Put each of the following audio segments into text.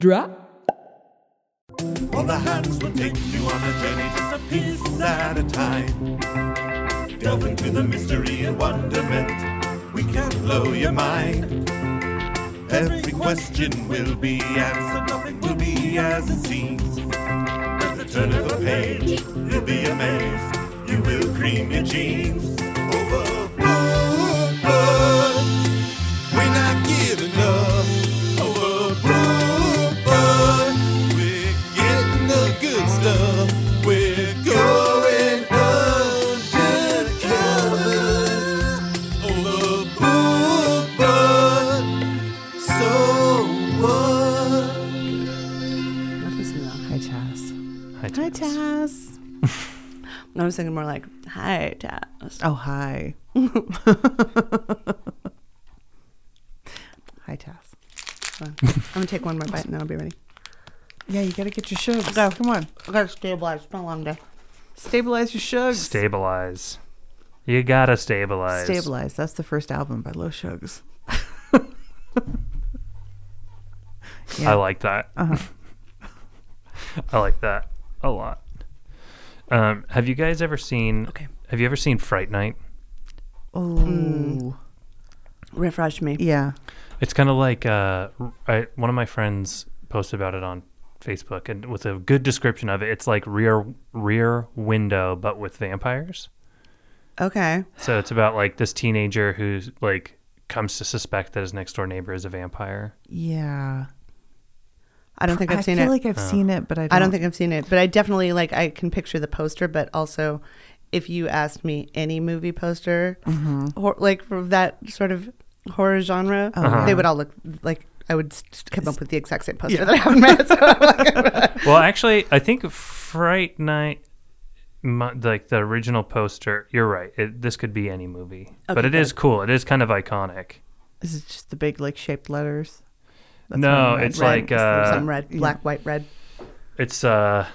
drop. All the hands will take you on a journey just a piece at a time. Delve into the mystery and wonderment. We can blow your mind. Every question will be answered, nothing will be as it seems. At the turn of a page, you'll be amazed. You will cream your jeans. Overboard, we're not giving up. Oh, uh, Overboard, uh. we're getting the good stuff. We're going undercover. Oh, Overboard, uh, so uh. what? Hi, Chaz. Hi, Hi, Jess. Chaz. no, I was thinking more like, hi, Chaz. Oh, hi. Hi, Chaz. Hold on. I'm going to take one more bite and then I'll be ready. Yeah, you gotta get your sugars. Come on. I got to stabilize. It's been a long day. Stabilize your sugars. Stabilize. You gotta stabilize. Stabilize. That's the first album by Low Shugs. I like that. I like that a lot. Um, have you guys ever seen? Okay. Have you ever seen Fright Night? Oh. Refresh me. Yeah. It's kind of like uh, I, one of my friends posted about it on Facebook, and with a good description of it, it's like rear rear window, but with vampires. Okay. So it's about like this teenager who's like comes to suspect that his next door neighbor is a vampire. Yeah. I don't think I've seen feel it. like I've seen it, but I don't, I don't think I've seen it, but I definitely like I can picture the poster. But also, if you asked me any movie poster, Mm-hmm. hor- like for that sort of horror genre, Oh, they would all look like I would s- come up with the exact same poster that I haven't met. So I'm like, well, actually, I think Fright Night, mu like the original poster. You're right. It, this could be any movie, but Okay, it is cool. It is kind of iconic. Is it just the big, like, shaped letters? That's no, what I it's read. like uh, some red, black, white, red. it's uh,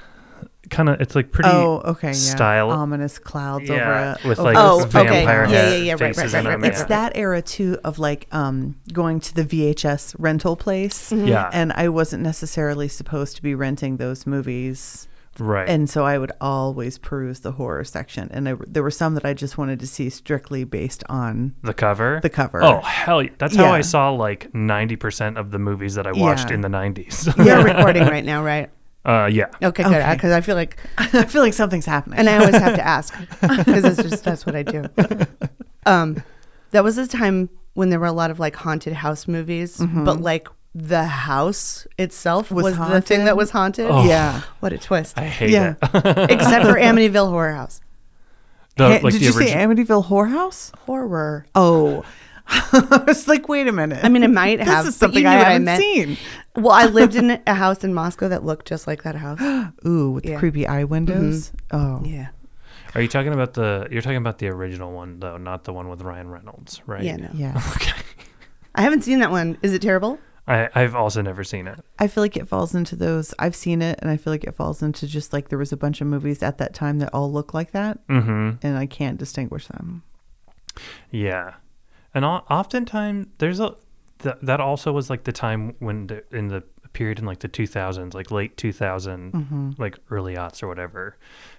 kind of it's like pretty. Oh, okay. Yeah. style- Ominous clouds yeah, over it. with like Oh, okay. vampire Yeah, head yeah, yeah, right, right, faces right, in right, them, right, yeah. It's that era too of like um, going to the VHS rental place. Mm-hmm. Yeah. And I wasn't necessarily supposed to be renting those movies. right. And so I would always peruse the horror section. And I, there were some that I just wanted to see strictly based on. the cover. The cover. Oh hell, yeah. that's how Yeah. I saw like ninety percent of the movies that I watched Yeah. in the nineties. You're recording right now, right? uh, yeah. Okay, good. Because I feel like, I feel like something's happening. and I always have to ask because it's just that's what I do. Um, that was a time when there were a lot of like haunted house movies, but like the house itself Mm-hmm. was, Was the thing that haunted? was haunted. Oh. yeah. What a twist. I hate Yeah. it. Except for Amityville Horror House. The, Hey, like did the you say origi- Amityville Whorehouse? Horror. Oh, I was like, wait a minute. I mean, it might this have. is but you something knew I what haven't meant. seen. Well, I lived in a house in Moscow that looked just like that house. Ooh, with Yeah. the creepy eye windows. Oh, Yeah. Are you talking about the? You're talking about the original one though, not the one with Ryan Reynolds, right? Yeah, no. yeah. Okay. I haven't seen that one. Is it terrible? I, I've also never seen it. I feel like it falls into those. I've seen it, and I feel like it falls into just like there was a bunch of movies at that time that all look like that, Mm-hmm. and I can't distinguish them. Yeah, and o- oftentimes there's a th- that also was like the time when the, in the period in like the 2000s, like late 2000, Mm-hmm. like early aughts or whatever,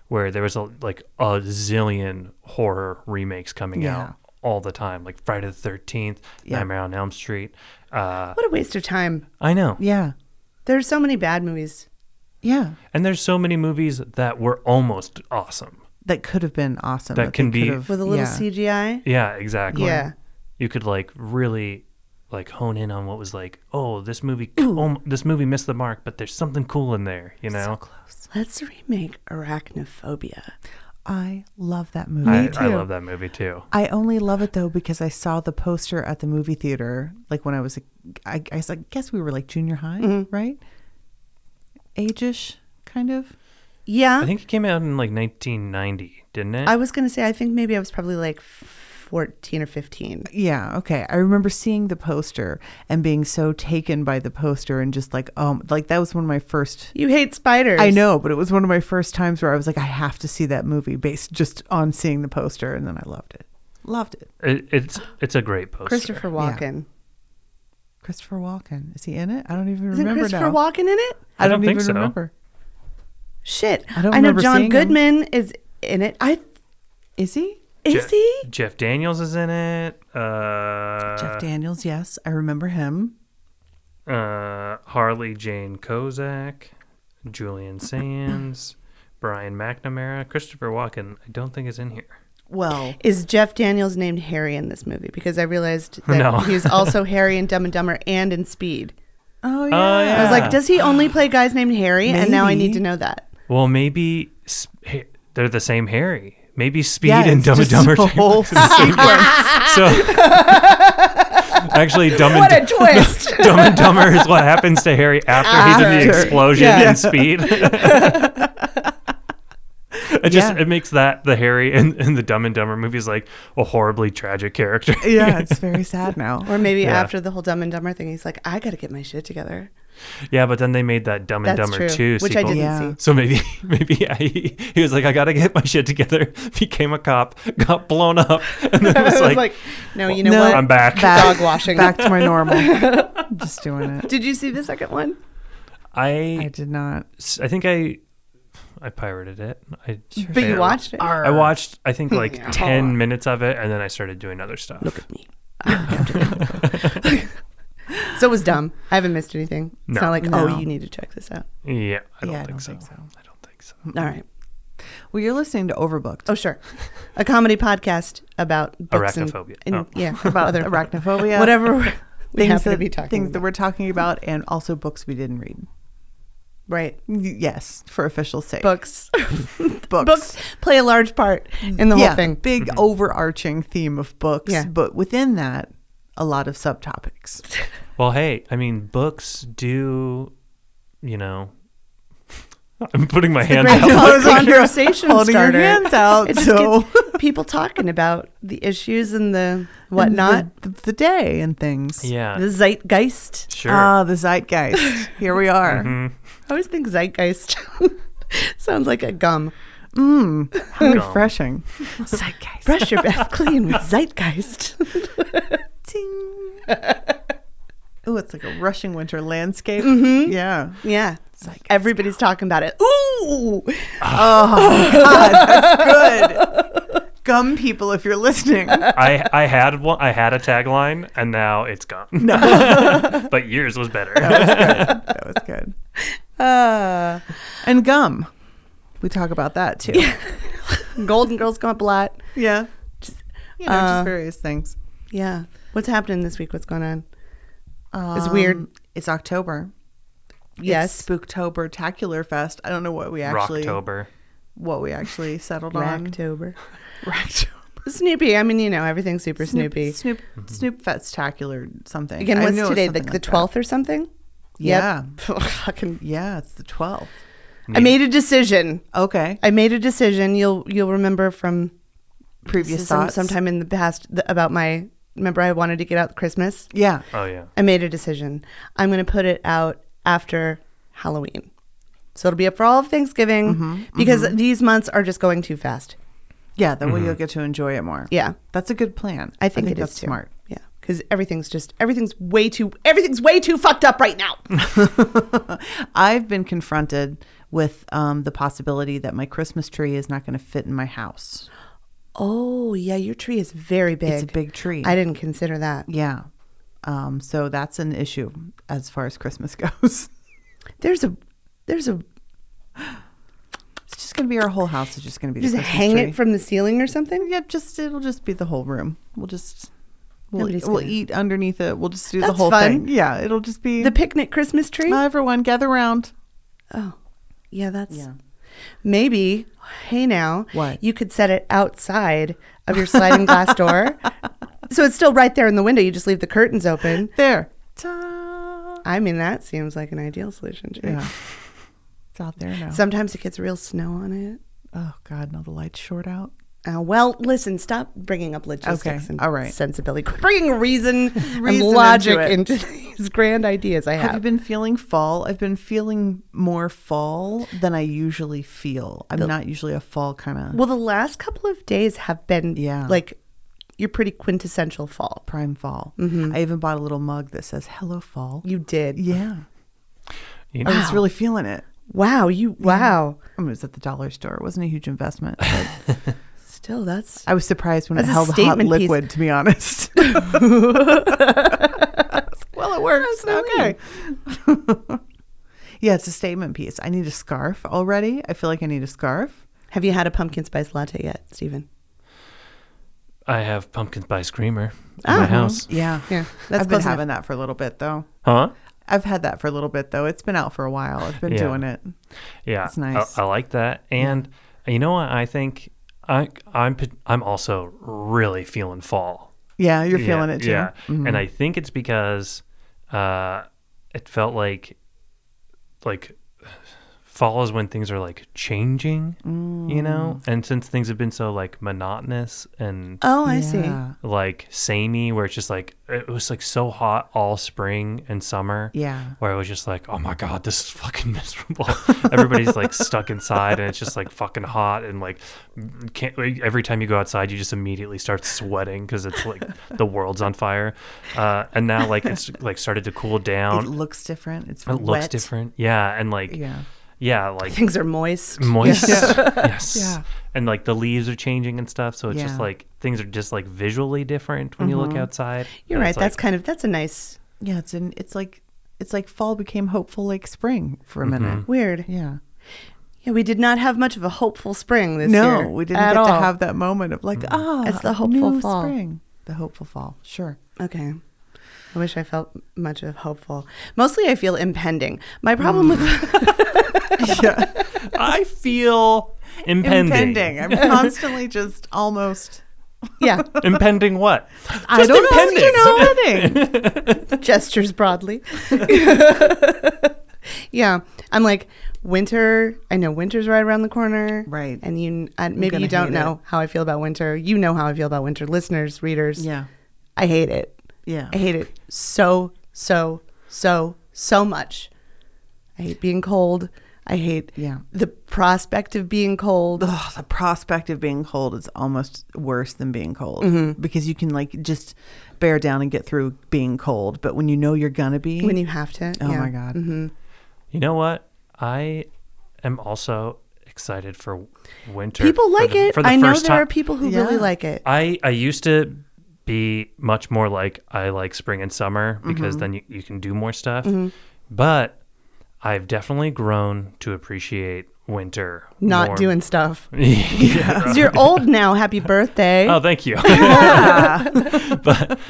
where there was a, like a zillion horror remakes coming Yeah. out all the time, like Friday the 13th, Yeah. Nightmare on Elm Street. Uh, What a waste of time. I know. Yeah, There's so many bad movies. yeah. And there's so many movies that were almost awesome. That could have been awesome. That they can be- could have- With a little yeah. CGI. Yeah, exactly. Yeah. You could like really like hone in on what was like, oh, this movie oh, this movie missed the mark, but there's something cool in there, you know? Let's remake Arachnophobia. I love that movie. I, I love that movie too. I only love it though because I saw the poster at the movie theater, like when I was, a, I, I s- I guess we were like junior high, right? Ageish, kind of. Yeah. I think it came out in like 1990, didn't it? Uh, I was going to say, I think maybe I was probably like 14 or 15. Yeah, okay. I remember seeing the poster and being so taken by the poster and just like, um, like that was one of my first. You hate spiders. I know, but it was one of my first times where I was like, I have to see that movie based just on seeing the poster, and then I loved it. Loved it. it, it's it's a great poster. Christopher Walken. Christopher Walken. Is he in it? I don't even Isn't remember Christopher now. Walken in it? I don't don't, think even so. remember. Shit. I don't know remember John seeing him. Goodman is in it. I Is he? is Je- he? Jeff Daniels is in it. Uh, Jeff Daniels, yes. I remember him. uh, Harley Jane Kozak, Julian Sands, Brian McNamara, Christopher Walken. I don't think is in here. Well, Is Jeff Daniels named Harry in this movie? Because I realized that No. he was also Harry in Dumb and Dumber and in Speed. oh yeah. Oh, I was Yeah. like, does he only play guys named Harry? And now I Maybe. need to know that. Well, maybe sp- ha- they're the same Harry. Maybe Speed Yeah, and it's Dumb and just Dumber. the whole So actually, Dumb and What a twist! Dumb and Dumber is what happens to Harry after he's in the After. explosion Yeah. in Speed. it just Yeah. it makes that the Harry in, in the Dumb and Dumber movie is like a horribly tragic character. yeah, it's very sad now. or maybe Yeah. after the whole Dumb and Dumber thing, he's like, I got to get my shit together. yeah, but then they made that Dumb and That's Dumber true. two which I sequel. didn't Yeah. see. So maybe maybe yeah, he, he was like, I gotta get my shit together. Became a cop, got blown up, and then I was like, no, you know No. what? I'm back. Dog washing. Back to my normal. Just doing it. Did you see the second one? I I did not. I think I I pirated it. I But you watched it. I watched I think like Yeah. ten minutes of it, and then I started doing other stuff. Look at me. I have to- so it was dumb. I haven't missed anything. It's No. not like, No. oh, you need to check this out. Yeah, I don't, Yeah, I think, don't so. think so. I don't think so. All right. Well, you're listening to Overbooked. Oh, sure. A comedy podcast about books and- Arachnophobia. And, Oh. Yeah, about about other arachnophobia. whatever we Things happen that, to be talking things about. that we're talking about, and also books we didn't read. right. Y- Yes, for official sake. Books. books. books play a large part in the yeah, whole thing. Mm-hmm. Big overarching theme of books, Yeah. but within that, a lot of subtopics. Well, hey, I mean, books do, you know. I'm putting my hand Great out. was like, you're conversation holding your starter. hands out, It just so- gets people talking about the issues and the whatnot, the, the, the day and things. Yeah, the zeitgeist. sure. Mm-hmm. Ah, the zeitgeist. Here we are. I always think zeitgeist sounds like a gum. Hmm, How refreshing. zeitgeist. Brush your back clean with zeitgeist. Oh, it's like a rushing winter landscape. Mm-hmm. Yeah. yeah. Zeitgeist. Everybody's talking about it. Ooh, Good. Gum people, if you're listening. I I had one. I had a tagline, and now it's gone. but yours was better. That was good. uh, And gum. We talk about that too. Yeah. Golden Girls come up a lot. You know, just Uh, various things. Yeah. What's happening this week? What's going on? it's weird. Um, It's October. Yes. It's Spooktober Tacular Fest. I don't know what we actually Rocktober. what we actually settled on. October. Racktober. Snoopy. I mean, you know, everything's super Snoopy. Snoop Snoop Festacular something. Again, I what's knew it was today? something Like the like that. twelfth or something? Yep. Yeah. Fucking. Yeah, it's the twelfth. I made a decision. Okay. I made a decision. You'll you'll remember from Previous some, thoughts. sometime in the past th- about my. Remember, I wanted to get out Christmas. Yeah. Oh yeah. I made a decision. I'm going to put it out after Halloween. So it'll be up for all of Thanksgiving Mm-hmm, because these months are just going too fast. Yeah, that way you'll get to enjoy it more. Yeah. That's a good plan. I think, it is that's too. smart. Yeah, because everything's just everything's way too everything's way too fucked up right now. I've been confronted with um, the possibility that my Christmas tree is not going to fit in my house. oh yeah, your tree is very big. It's a big tree. I didn't consider that. yeah. Um, so that's an issue as far as Christmas goes. There's a there's a it's just going to be our whole house. It's just going to be the just Christmas hang tree. it from the ceiling or something. yeah, just it'll just be the whole room. We'll just we'll, Nobody's we'll gonna- eat underneath it. We'll just do the That's whole fun. thing. Yeah, it'll just be The picnic Christmas tree. "Hi, everyone gather round. oh, yeah, that's Yeah. maybe. Hey now, What? you could set it outside of your sliding glass door, so it's still right there in the window. You just leave the curtains open. There. Ta. I mean, that seems like an ideal solution. Too. Yeah. It's out there now. Sometimes it gets real snow on it. oh God, now the lights short out. Uh, well, listen, stop bringing up logistics Okay, and all right. sensibility. Quit bringing reason, and Reason logic into it. into, these grand ideas I have. Have you been feeling fall? I've been feeling more fall than I usually feel. I'm not usually a fall kind of. well, the last couple of days have been Yeah. like you're pretty quintessential fall. Prime fall. I even bought a little mug that says "Hello Fall." You did. Mm-hmm. Yeah, You I know, was really feeling it. Wow, you wow. I mean, it was at the dollar store. It wasn't a huge investment. But Still, that's I was surprised when it That's a held hot statement piece. liquid. To be honest. well, it works. Okay. yeah, it's a statement piece. I need a scarf already. I feel like I need a scarf. Have you had a pumpkin spice latte yet, Stephen? I have pumpkin spice creamer in Uh-huh. my house. Yeah, Yeah, that's I've been close enough. having that for a little bit though. Huh? I've had that for a little bit though. It's been out for a while. I've been Yeah. doing it. Yeah, That's nice. I, I like that. And you know what? I think I I'm p- I'm also really feeling fall. Yeah, you're feeling Yeah, it too. Mm-hmm. Yeah, and I think it's because uh, it felt like like fall is when things are like changing, Mm. you know. And since things have been so like monotonous and Uh, Oh, I see. Yeah. like samey where it's just like it was like so hot all spring and summer Yeah. where it was just like oh my god this is fucking miserable everybody's like stuck inside and it's just like fucking hot and like can't like, every time you go outside you just immediately start sweating because it's like the world's on fire uh, and now like it's like started to cool It down looks different. It's it, looks wet. different yeah and like yeah, Yeah. like Things are moist. moist yes Yeah. and like the leaves are changing and stuff so it's just Yeah. like things are just like visually different when you look outside Mm-hmm. You're And right. it's, like, that's kind of that's a nice Yeah, it's in it's like it's like fall became hopeful like spring for a Mm-hmm. minute. weird. Yeah. Yeah, we did not have much of a hopeful spring this no, year. we didn't at get all. to have that moment of like, ah, It's the hopeful new fall. spring. The hopeful fall. Sure. Okay. I wish I felt much of hopeful. Mostly, I feel impending. My problem Mm. with yeah. I feel impending. Impending. I'm constantly just almost yeah, Impending what? I don't know. You know, impending. gestures broadly. yeah, I'm like winter. I know winter's right around the corner. Right. and you I, maybe gonna you don't hate know how I feel about winter. You know how I feel about winter, listeners, readers. Yeah. I hate it. Yeah. I hate it so so so so much. I hate being cold. I hate Yeah. the prospect of being cold. Ugh, the prospect of being cold is almost worse than being cold Mm-hmm. because you can like just bear down and get through being cold, but when you know you're gonna be, When you have to. oh yeah. Mm-hmm. my god, You know what? I am also excited for winter. People like for the, it. For the I know first there are time. people who really Yeah. like it. I I used to be much more like I like spring and summer because Mm-hmm. then you, you can do more stuff. But I've definitely grown to appreciate winter. Not more. doing stuff. yeah. 'Cause you're old now. Happy birthday. Oh, thank you. but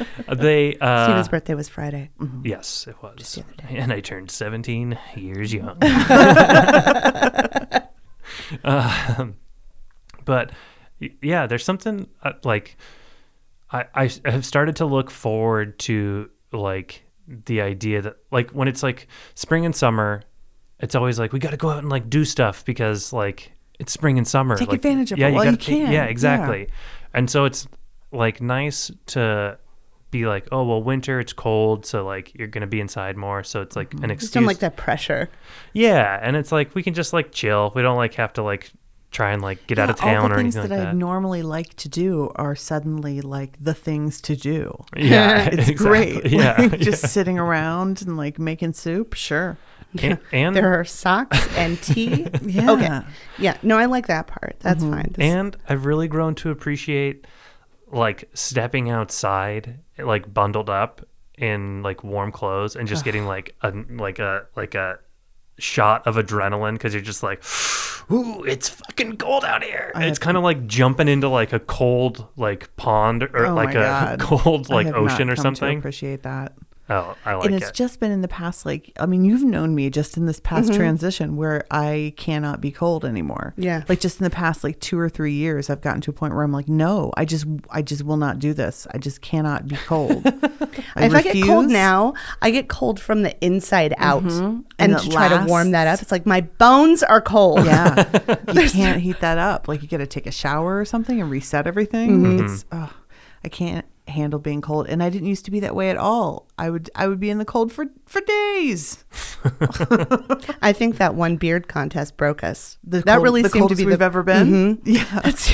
they uh, Steven's birthday was Friday. Mm. Mm-hmm. Yes, it was. And I turned 17 years young. um, but y- yeah, there's something uh, like I, I s- have started to look forward to like the idea that like when it's like spring and summer, it's always like we got to go out and like do stuff because like it's spring and summer. Take Like, advantage of yeah, it you while you gotta take- can. Yeah, Yeah. exactly. And so it's like nice to be like, oh well, winter it's cold, so like you're gonna be inside more. So it's like Mm-hmm. an Just excuse. don't like that pressure. Yeah, and it's like we can just like chill. We don't like have to like try and like get out of Yeah, all town the or things anything that like I that. normally like to do are suddenly like the things to do. yeah, It's exactly. great. Yeah, Like, just sitting around and like making soup. Sure. yeah. and and, There are socks and tea. Yeah. Mm-hmm. Okay. Yeah. No, I like that part. That's fine. This- and I've really grown to appreciate like stepping outside, like bundled up in like warm clothes and just getting like a like a like a shot of adrenaline because you're just like ooh it's fucking cold out here it's kind of like jumping into like a cold like pond or Oh like my a God. cold I like have not ocean or come to something appreciate that. oh i like and it's it just been in the past, like, I mean, you've known me just in this past Mm-hmm. transition where I cannot be cold anymore. Yeah. Like, just in the past, like, two or three years, I've gotten to a point where I'm like, no, I just, I just will not do this. I just cannot be cold. I if I get cold refuse. Mm-hmm. now, I get cold from the inside out. And, to And it try to warm that up, it's like my bones are cold. Yeah, you can't heat that up. Like you got to take a shower or something and reset everything. Mm-hmm. It's oh, I can't handle being cold, and I didn't used to be that way at all. I would I would be in the cold for for days. I think that one beard contest broke us. The that cold- really the seemed to Mm-hmm. coldest be we've the ever been. Yeah, That's-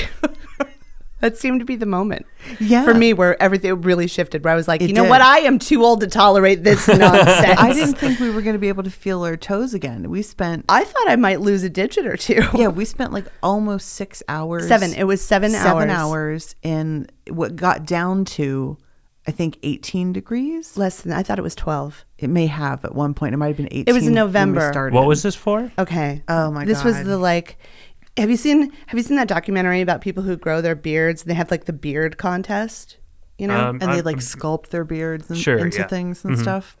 That seemed to be the moment Yeah. for me where everything really shifted. Where I was like, It you know did. what? I am too old to tolerate this nonsense. I didn't think we were going to be able to feel our toes again. We spent, I thought I might lose a digit or two. yeah, we spent like almost six hours. Seven. It was seven, seven hours in what got down to, I think, 18 degrees. Less than. I thought it was twelve. It may have at one point. It might have been 18. was in when we November. started. What was this for? Okay. Oh, my This was God. the like. Have you seen Have you seen that documentary about people who grow their beards? and They have like the beard contest. You know. Um, And they I'm- like sculpt their beards and, Sure, into yeah. Mm-hmm. things and stuff.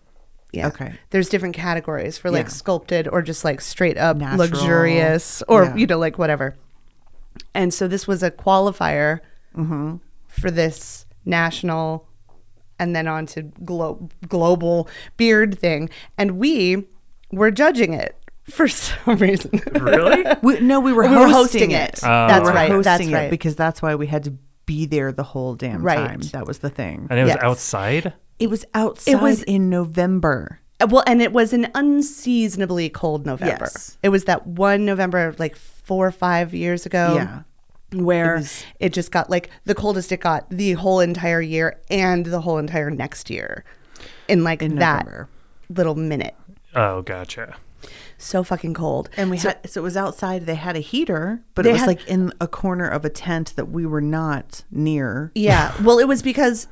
yeah. okay. There's different categories for like Yeah. sculpted or just like straight up Natural. luxurious or Yeah. you know like whatever. And so this was a qualifier Mm-hmm. for this national, and then on to glo- global beard thing, and we were judging it for some reason. Really? We, no, we were We hosting, were hosting it. it. Oh. We That's were right. Hosting That's it right. because that's why we had to be there the whole damn Right. time. That was the thing. And it was Yes. outside. It was outside. was- in November. Well, and it was an unseasonably cold November. Yes. It was that one November, like four or five years ago. Yeah. Where it, It was- just got like the coldest it got the whole entire year and the whole entire next year in like In that November. little minute. Oh, gotcha. So fucking cold. And we had so it was outside. They had a heater, but They it was had- like in a corner of a tent that we were not near. Yeah. Well, it was because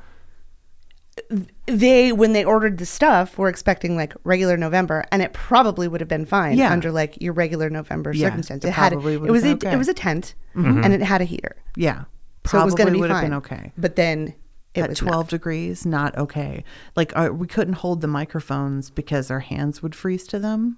they, when they ordered the stuff, were expecting like regular November, and it probably would have been fine Yeah. under like your regular November Yeah, circumstance. it It, had probably it would have was a, been okay. it was a tent, and it had a heater, Yeah, so it was going to be would fine. have been okay. But then it At was twelve twelve. degrees, not okay. Like our, we couldn't hold the microphones because our hands would freeze to them.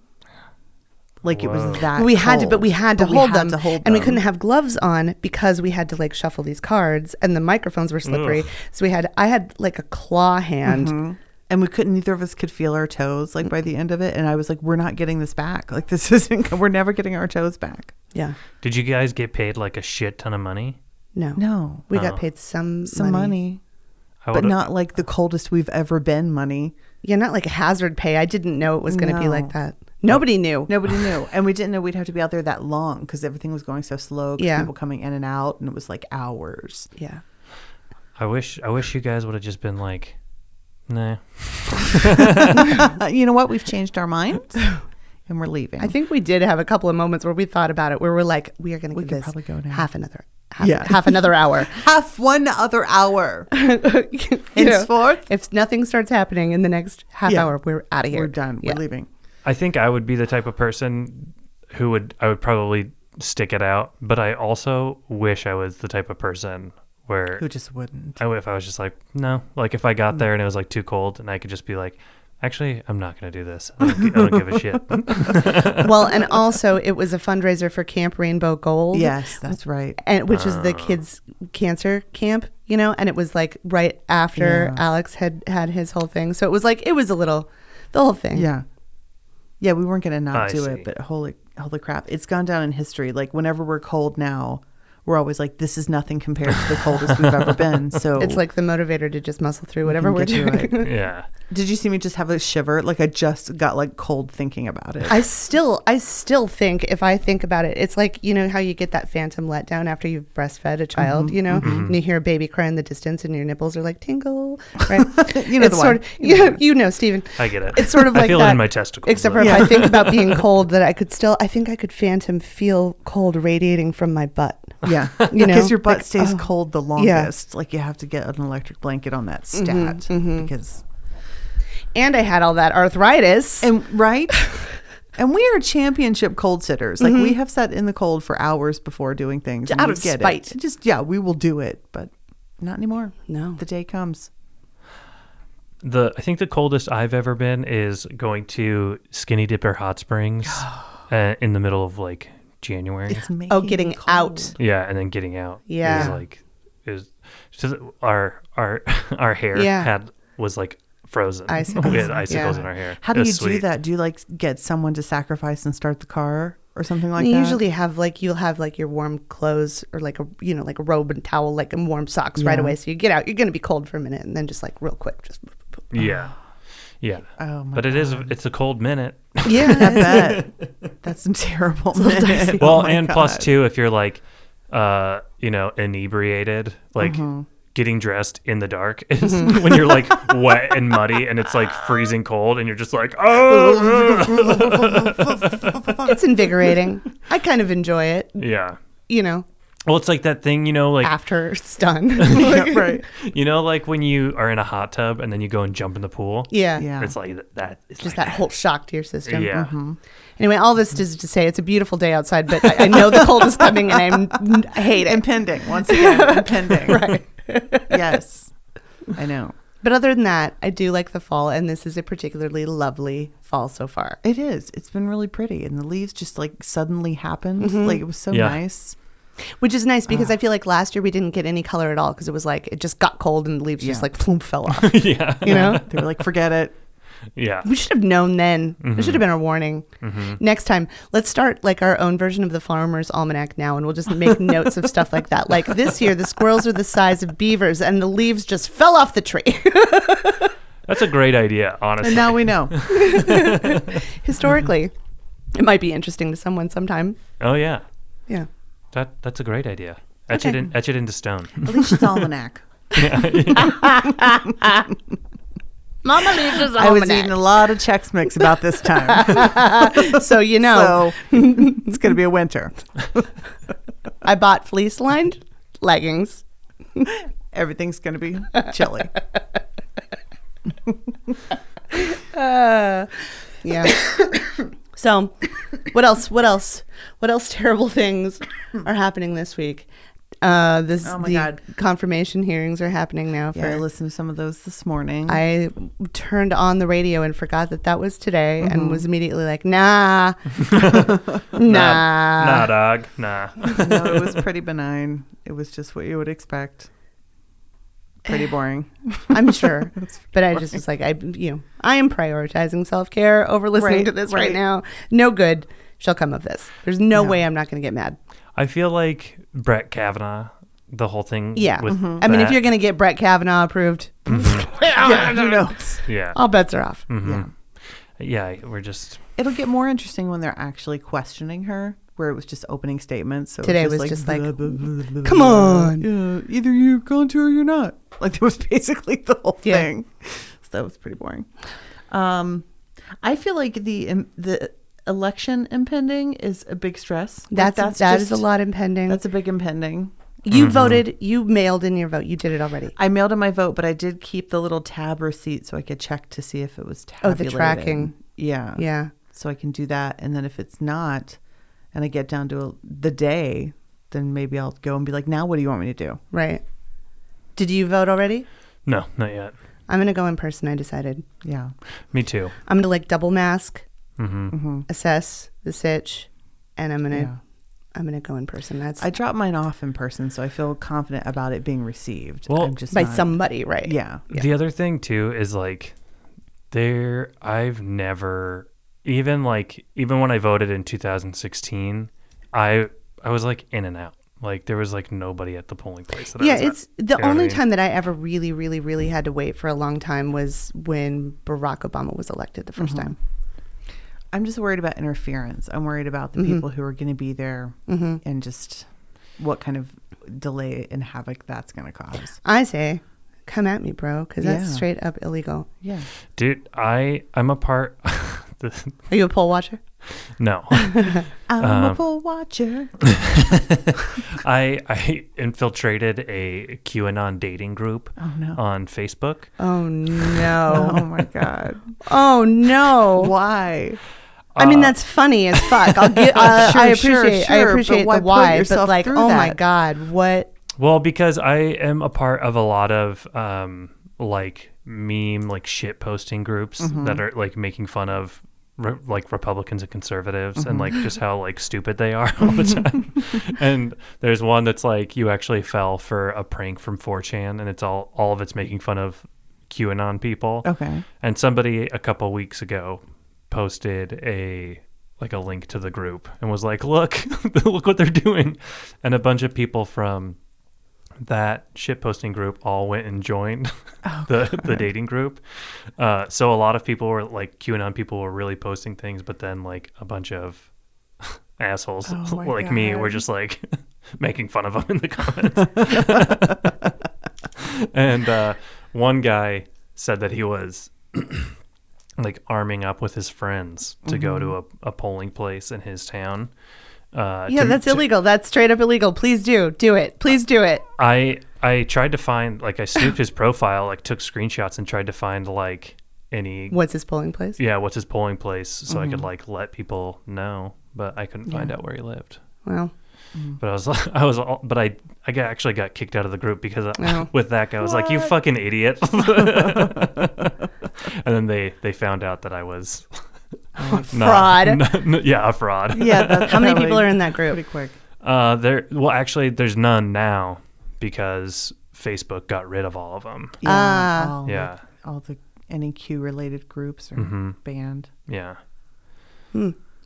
Like it Whoa. was that. we had to, but cold. we had to But hold had them, to hold and we them. couldn't have gloves on because we had to like shuffle these cards, and the microphones were slippery. Ugh. So we had, I had like a claw hand. Mm-hmm. and we couldn't neither of us could feel our toes like by the end of it and i was like we're not getting this back like this isn't we're never getting our toes back Yeah, Did you guys get paid like a shit ton of money? no, no we got paid some some money, I but would've- not like the coldest we've ever been money Yeah, not like hazard pay. I didn't know it was going to be No. like that. Nobody knew. nobody knew and we didn't know we'd have to be out there that long because everything was going so slow 'cause Yeah. people coming in and out and it was like hours Yeah. I wish. I wish you guys would have just been like, nah. Uh, you know what we've changed our minds and we're leaving I think we did have a couple of moments where we thought about it, where we're like, we are going to We give could this probably go now. half another, half, Yeah. half another hour. half one other hour You know, Henceforth? if nothing starts happening in the next half Yeah. hour, we're out of here. we're done Yeah. we're leaving I think I would be the type of person who would I would probably stick it out, but I also wish I was the type of person where who just wouldn't I would- if I was just like no, like if I got there and it was like too cold and I could just be like, actually I'm not gonna do this. I don't, gi- I don't give a shit. well, and also it was a fundraiser for Camp Rainbow Gold. yes that's right And which is the kids' cancer camp, you know, and it was like right after Yeah. Alex had had his whole thing, so it was like it was a little, the whole thing. Yeah. Yeah, we weren't going to not I do see. it, but holy holy crap. It's gone down in history. Like whenever we're cold now, we're always like this is nothing compared to the coldest we've ever been. So It's like the motivator to just muscle through we whatever Oh. can we're get through doing. it. yeah. Did you see me just have a shiver? Like I just got like cold thinking about it. I still, I still think if I think about it, it's like you know how you get that phantom letdown after you've breastfed a child, you know, and you hear a baby cry in the distance, and your nipples are like tingle, right? You know it's the sort one. of, you, know, you know, Stephen. I get it. It's sort of I like feel it that, in my testicles, Except though. for if I think about being cold, that I could still, I think I could phantom feel cold radiating from my butt. yeah. You know, because your butt like, stays oh, cold the longest. Like you have to get an electric blanket on that stat Mm-hmm, because And I had all that arthritis. and right And we are championship cold sitters. Like we have sat in the cold for hours before doing things. and Mm-hmm. Out we of get it. spite. Just yeah, we will do it, but not anymore. No. the day comes. The I think the coldest I've ever been is going to Skinny Dipper Hot Springs uh, in the middle of like January. It's making oh, me getting cold. out. Yeah, and then getting out. Yeah. is like is just our our our hair Yeah. had was like frozen. Icicles. we had icicles Yeah. in our hair. How do It you was do sweet. that? Do you like get someone to sacrifice and start the car or something like you that? usually have like you'll have like your warm clothes or like a you know like a robe and towel like and warm socks right Yeah. away. So you get out, you're gonna be cold for a minute, and then just like real quick, just Yeah, yeah. Oh my Oh but it is it's a cold minute. I yeah. bet. That's some terrible. minute. well, Oh my and plus God. two, if you're like uh you know, inebriated, like Mm-hmm. getting dressed in the dark is when you're like wet and muddy and it's like freezing cold and you're just like, oh, it's invigorating. I kind of enjoy it. yeah. You know, Well, it's like that thing, you know, like after it's done. Like- right. you know, like when you are in a hot tub and then you go and jump in the pool. Yeah. Yeah. It's like th- that. It's Just like that whole shock to your system. Mm-hmm. Yeah. Anyway, all this is to say it's a beautiful day outside, but I, I know the cold is coming and I'm, I hate it. Impending once again. impending. Right. Yes. I know. But other than that, I do like the fall, and this is a particularly lovely fall so far. It is. It's been really pretty, and the leaves just like suddenly happened. Mm-hmm. Like it was so Yeah. nice. Which is nice because I feel like last year we didn't get any color at all because it was like it just got cold and the leaves just Yeah. like ploom fell off. yeah. You know? They were like, forget it. Yeah. We should have known then. It should have been a warning. Next time, let's start like our own version of the Farmer's Almanac now, and we'll just make notes of stuff like that. Like this year, the squirrels are the size of beavers, and the leaves just fell off the tree. That's a great idea, honestly. And now we know. Historically, it might be interesting to someone sometime. oh yeah. Yeah. That that's a great idea. Etch it Okay. in, etch it into stone. At least it's almanac. Mama leaves us I was eating a lot of Chex Mix about this time, so you know, so it's going to be a winter. I bought fleece-lined leggings. Everything's going to be chilly. Yeah. so, what else? What else? What else? Terrible things are happening this week. Uh, this Oh my the God. confirmation hearings are happening now. For Yeah, I listened to some of those this morning. I turned on the radio and forgot that that was today, Mm-hmm. and was immediately like, "Nah, nah, nah, dog. Nah. no, it was pretty benign. It was just what you would expect. Pretty Eh. boring. I'm sure." but I just was like, "I, you know, I am prioritizing self care over listening Right, to this right. right now. No good shall come of this. There's no No. way I'm not going to get mad." I feel like Brett Kavanaugh, the whole thing. Yeah. Mm-hmm. With Mm-hmm. I mean, if that- Mm-hmm. you're going to get Brett Kavanaugh approved, yeah, who knows? yeah, all bets are off. Mm-hmm. Yeah. yeah, we're just It'll get more interesting when they're actually questioning her, where it was just opening statements. So Today it was just like, blah, "Come on." Yeah, either you've gone to or you're not. Like, that was basically the whole Yeah. thing. So that was pretty boring. Um, I feel like the im- the election impending is a big stress. Like, That's, that is just- a lot impending. That's a big impending. you Mm-hmm. voted, you mailed in your vote. You did it already. I mailed in my vote, but I did keep the little tab receipt so I could check to see if it was Oh, the tabulated. tracking. Yeah. Yeah. So I can do that. And then if it's not, and I get down to a, the day, then maybe I'll go and be like, now what do you want me to do? Right. Did you vote already? no, not yet. I'm going to go in person. I decided. Yeah. Me too. I'm going to like double mask, Mm-hmm. assess the sitch, and I'm going to. Mm-hmm. Yeah. I'm gonna go in person. That's I dropped mine off in person, so I feel confident about it being received. Well- I'm just by not- somebody, right? Yeah. The other thing too is like there I've never even like even when I voted in 2016, I I was like in and out. Like there was like nobody at the polling place that I yeah. was at. It's the You know what I only mean? time that I ever really, really, really had to wait for a long time was when Barack Obama was elected the 1st Mm-hmm. time. I'm just worried about interference. I'm worried about Mm-hmm. the people who are going to be there and just what kind of delay and havoc that's going to cause. I say, come at me, bro, because that's Yeah. straight up illegal. Yeah. Dude, I I'm a part this, Are you a poll watcher? no. I'm a poll watcher. I I infiltrated a QAnon dating group Oh, no. on Facebook. Oh no! Oh my god! Oh no! Why? Uh, I mean, that's funny as fuck. I'll get, uh, I Sure, sure, appreciate. I sure, but appreciate why the put why, but yourself like, through oh my that? god, what? Well, because I am a part of a lot of um, like meme, like shit posting groups that are like making fun of re- like Republicans and conservatives and like just how like stupid they are all the time. and there's one that's like you actually fell for a prank from 4chan, and it's all all of it's making fun of QAnon people. Okay. And somebody a couple weeks ago posted a like a link to the group and was like, "Look, look what they're doing." And a bunch of people from that shitposting group all went and joined Oh, the, the dating group. Uh, so a lot of people were like QAnon people were really posting things, but then like a bunch of assholes Oh my like me God. were just like, making fun of him in the comments. and uh, one guy said that he was like arming up with his friends to go to a, Mm-hmm. a polling place in his town. Uh, Yeah, to- that's to- illegal. That's straight up illegal. Please do. Do it. Please do it. I I tried to find like I snooped his profile, like took screenshots and tried to find like any What's his polling place? yeah what's his polling place so I could like let people know, but I couldn't find out where he lived. Well, But I was I was all, but I I got, actually got kicked out of the group because I, No. with that guy I was like you fucking idiot, and then they they found out that I was not- fraud. n- yeah a fraud. Yeah. That's How many probably people are in that group? Pretty quick. Uh, there. Well, actually, there's none now because Facebook got rid of all of them. Ah. all Yeah. Mm-hmm. The, all the NEQ related groups are banned. Yeah.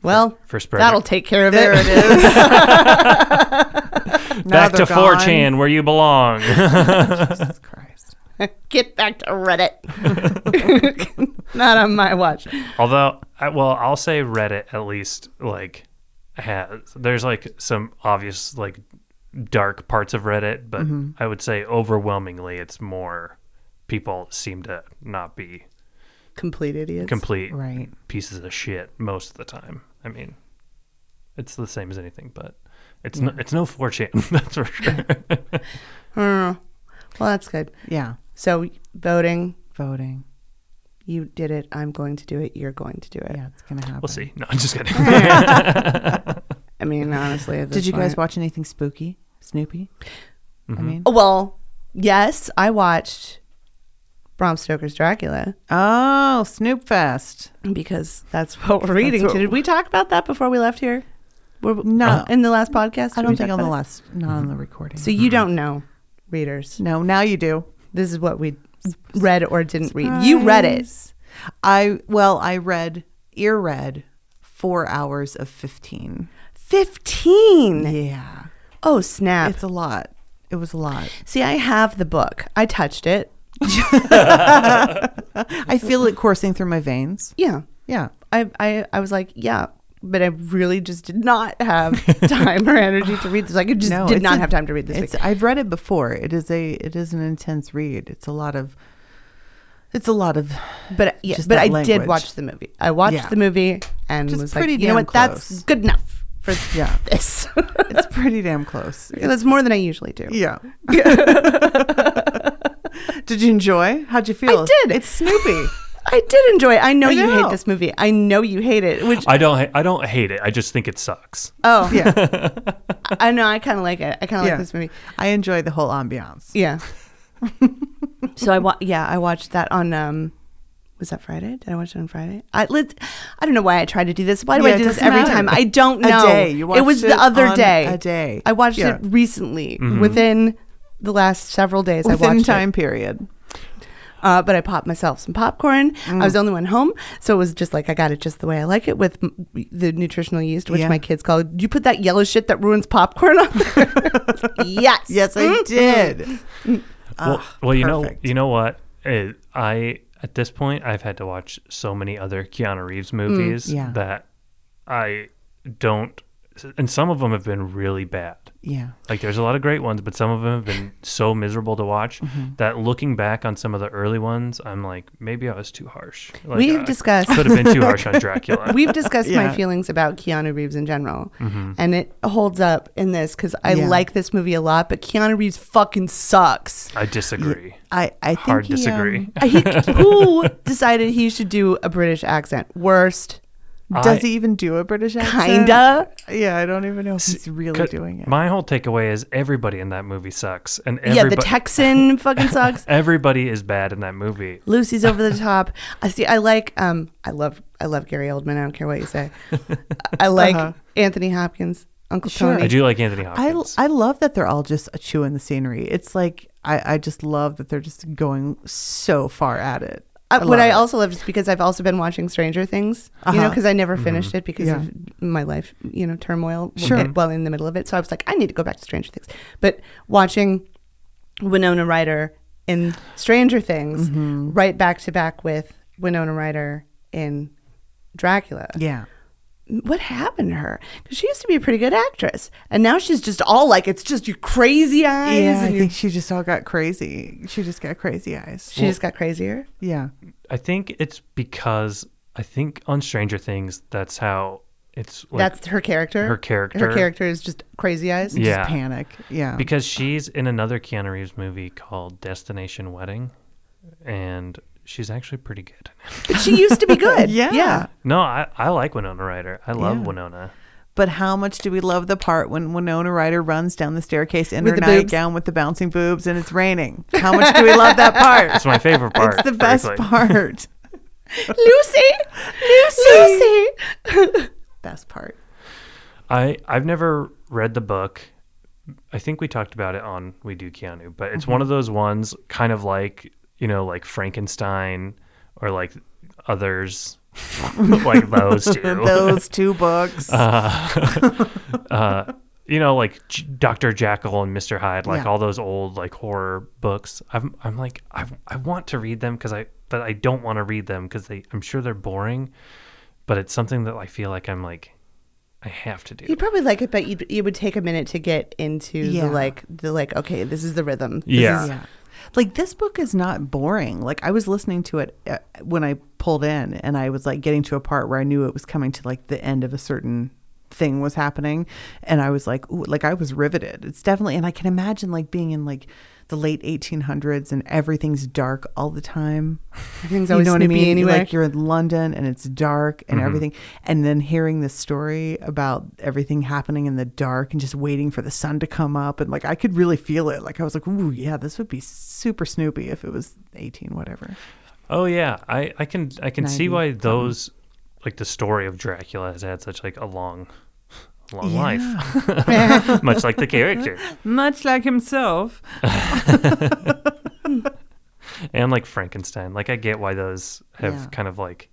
Well, For spreading. that'll take care of There it. it is. Now Back to they're gone. 4chan where you belong. Jesus Christ. Get back to Reddit. Not on my watch. Although, I, well, I'll say Reddit at least like has there's like some obvious like dark parts of Reddit, but Mm-hmm. I would say overwhelmingly it's more people seem to not be Complete idiots. complete Right. pieces of shit most of the time. I mean, it's the same as anything, but it's no, it's no 4chan, that's for sure. Hmm. Well, that's good. Yeah. So voting, Voting. you did it. I'm going to do it. You're going to do it. Yeah, it's gonna happen. We'll see. No, I'm just kidding. I mean, honestly, at Did this you guys point- watch anything spooky? Snoopy? I mean, Well, yes, I watched Bram Stoker's Dracula oh, Snoop Fest. because that's what we're reading. what- Did we talk about that before we left here? We're, No, in the last Mm-hmm. podcast. Did I we don't talk think on the about it? last, not on Mm-hmm. the recording. So you don't know, readers. no, now you do. This is what we read or didn't read. You read it. Surprise. I well, I read ear read four hours of fifteen. Fifteen. Yeah, Oh snap! it's a lot. It was a lot. See, I have the book. I touched it. I feel it coursing through my veins. Yeah. Yeah, I, I, I was like, yeah, but I really just did not have time or energy to read this. Like, I just No, did it's not a- have time to read this. it's. week. I've read it before. It is a. It is an intense read. It's a lot of. It's a lot of. But yeah, just but I that did language. watch the movie. I watched Yeah. the movie and Just was pretty like, you know damn what? That's close. good enough for Yeah, this. it's pretty damn close. That's more than I usually do. Yeah. did you enjoy? How'd you feel? I did. It's Snoopy. I did enjoy it. I know, I you hate know. this movie. I know you hate it. Which I don't ha- I don't hate it. I just think it sucks. oh yeah, yeah. I know. I kind of like it. I kind of like this movie. I enjoy the whole ambiance. Yeah. so I wa- yeah, I watched that on um was that Friday? Did I watch it on Friday? I lit I don't know why I try to do this. Why do Yeah, I it do this doesn't every matter. time? I don't A know. day. You it was watched the it other on day. a day. I watched Yeah. Mm-hmm. it recently within the last several days I Within watched time it. period. Uh, but I popped myself some popcorn. I was Mm. the only one home, so it was just like I got it just the way I like it with m- the nutritional yeast, which Yeah. my kids call. You put that yellow shit that ruins popcorn on there. yes, Yes, I Mm. did. Well, well, you Ah, perfect. know, you know what? It, I at this point, I've had to watch so many other Keanu Reeves movies Mm, yeah. that I don't, and some of them have been really bad. Yeah. Like there's a lot of great ones, but some of them have been so miserable to watch Mm-hmm. that looking back on some of the early ones, I'm like, maybe I was too harsh. Like, We've I discussed- could have been too harsh on Dracula. we've discussed Yeah. Mm-hmm. my feelings about Keanu Reeves in general, and it holds up in this because I Yeah. like this movie a lot, but Keanu Reeves fucking sucks. I disagree. I, I think Hard he, um, disagree. He, who decided he should do a British accent? Worst, I- does he even do a British accent? kinda. Yeah, I don't even know if he's See, really could- doing it. My whole takeaway is everybody in that movie sucks, and Yeah, the everybo- Texan fucking sucks. everybody is bad in that movie. Lucy's over the top. I see. I like. Um, I love. I love Gary Oldman. I don't care what you say. I like Anthony Hopkins, Uncle Uh-huh. Sure. I Tony. do like Anthony I, Hopkins. I love that they're all just a chewing the scenery. It's like I, I just love that they're just going so far at it. Uh, what love I it. also love is because I've also been watching Stranger Things, you know, Uh-huh. because I never finished it because Yeah. of my life, you know, turmoil w- Sure. eh, while in the middle of it. So I was like, I need to go back to Stranger Things. But watching Winona Ryder in Stranger Things, Mm-hmm. right back to back with Winona Ryder in Dracula, yeah. what happened to her? Because she used to be a pretty good actress, and now she's just all like, it's just your crazy eyes. Yeah, I and your, think she just all got crazy. She just got crazy eyes. she just got crazier. yeah. I think it's because I think on Stranger Things that's how it's like That's her character. her character. Her character is just crazy eyes. Yeah. Just panic. Yeah. because she's in another Keanu Reeves movie called Destination Wedding, and she's actually pretty good. But she used to be good. Yeah. Yeah. no, I, I like Winona Ryder. I love Yeah. Winona. But how much do we love the part when Winona Ryder runs down the staircase in With her the boobs? nightgown with the bouncing boobs and it's raining? How much do we love that It's part? my favorite part. It's the best frankly. part. Lucy. Lucy. Lucy. Best part. I I've never read the book. I think we talked about it on We Do Keanu, but it's one Mm-hmm. of those ones kind of like, you know, like Frankenstein or like others like those two. Those two books. You know, like J- Dr. Jackal and Mr. Hyde, like Yeah. all those old like horror books. I'm I'm like I I want to read them cuz I but I don't want to read them cuz they I'm sure they're boring, but it's something that I feel like I'm like I have to do. You'd probably like it, but you'd, it would take a minute to get into Yeah. the like the like. Okay, this is the rhythm. This Yeah. is- Yeah. Like this book is not boring. Like I was listening to it uh, when I pulled in and I was like getting to a part where I knew it was coming to like the end of a certain thing was happening and I was like ooh like I was riveted. It's definitely and I can imagine like being in like the late 1800s and everything's dark all the time. Everything's always snoopy anyway. Like you're in London and it's dark and everything and then hearing this story about everything happening in the dark and just waiting for the sun to come up and like I could really feel it. Like I was like, "Ooh, yeah, this would be super snoopy if it was 18 whatever." Oh yeah, I, I can I can see 90, why those like the story of Dracula has had such like a long long life. Much like the character. Much like himself. And like Frankenstein. Like I get why those have Yeah. kind of like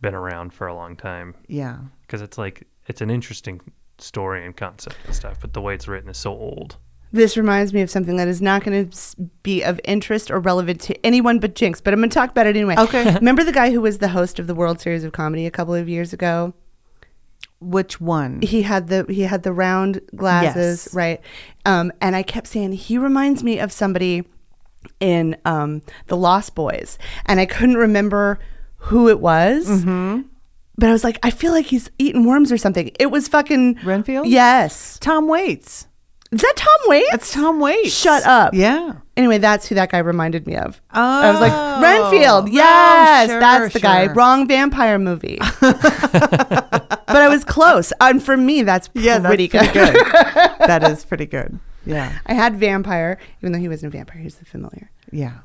been around for a long time Yeah. because it's like it's an interesting story and concept and stuff, but the way it's written is so old. This reminds me of something that is not going to be of interest or relevant to anyone but Jinx, but I'm going to talk about it anyway. Okay. Remember the guy who was the host of the World Series of Comedy a couple of years ago? Which one? He had the he had the round glasses, Yes. right? Um, and I kept saying he reminds me of somebody in um, the Lost Boys, and I couldn't remember who it was. Mm-hmm. But I was like, I feel like he's eating worms or something. It was fucking Renfield? Yes, Tom Waits. is that Tom Waits? That's Tom Waits. Shut up. Yeah. Anyway, that's who that guy reminded me of. I was like, Oh. Renfield, Oh, yes, sure, that's the guy. sure. Wrong vampire movie. but I was close. And for me, that's pretty, Yeah, that's pretty good. good. that is pretty good. Yeah. I had vampire, even though he wasn't a vampire, he was the familiar. Yeah.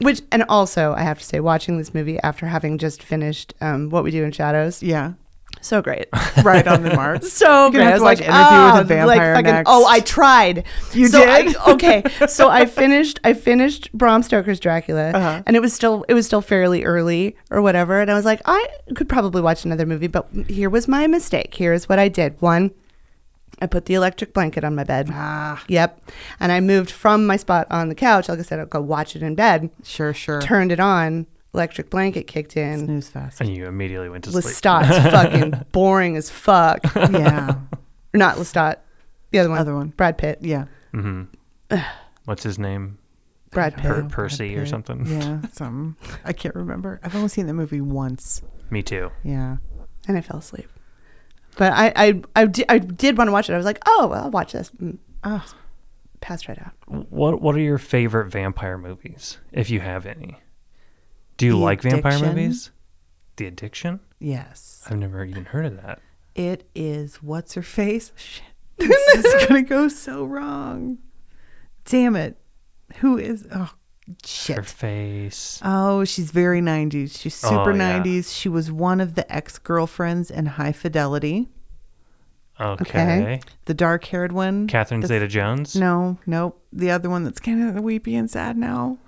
Which, and also, I have to say, watching this movie after having just finished um, What We Do in Shadows, Yeah. so great. Right on the mark. So You're gonna great. I was have to watch like, Interview oh, with a like Vampire fucking- next. Oh, I tried. You So I- did? okay. So I finished. I finished Bram Stoker's Dracula, Uh-huh. and it was still it was still fairly early or whatever. And I was like, I could probably watch another movie, but here was my mistake. Here is what I did. One, I put the electric blanket on my bed. Ah. Yep. And I moved from my spot on the couch. Like I said, I'll go watch it in bed. Sure, sure. Turned it on. Electric blanket kicked in. Snooze fast. And you immediately went to sleep. Lestat's fucking boring as fuck. yeah. Or not Lestat. The other one. Other one. Brad Pitt. Yeah. What's his name? Brad Pitt. Per- Percy or something. Yeah, some. I can't remember. I've only seen the movie once. Me too. Yeah. And I fell asleep. But I, I, I, di- I did want to watch it. I was like, oh, well, I'll watch this. Mm, Oh, Passed right out. What What are your favorite vampire movies, if you have any? Do you The like vampire Addiction. movies? The Addiction? yes. I've never even heard of that. It is what's her face? Shit. This is going to go so wrong. Damn it. Who is Oh, Her shit. face. Oh, she's very 90s. She's super Oh, yeah. 90s. She was one of the ex-girlfriends in High Fidelity. Okay. The dark-haired one. Catherine The- Zeta Jones. No, nope. The other one that's kind of weepy and sad now.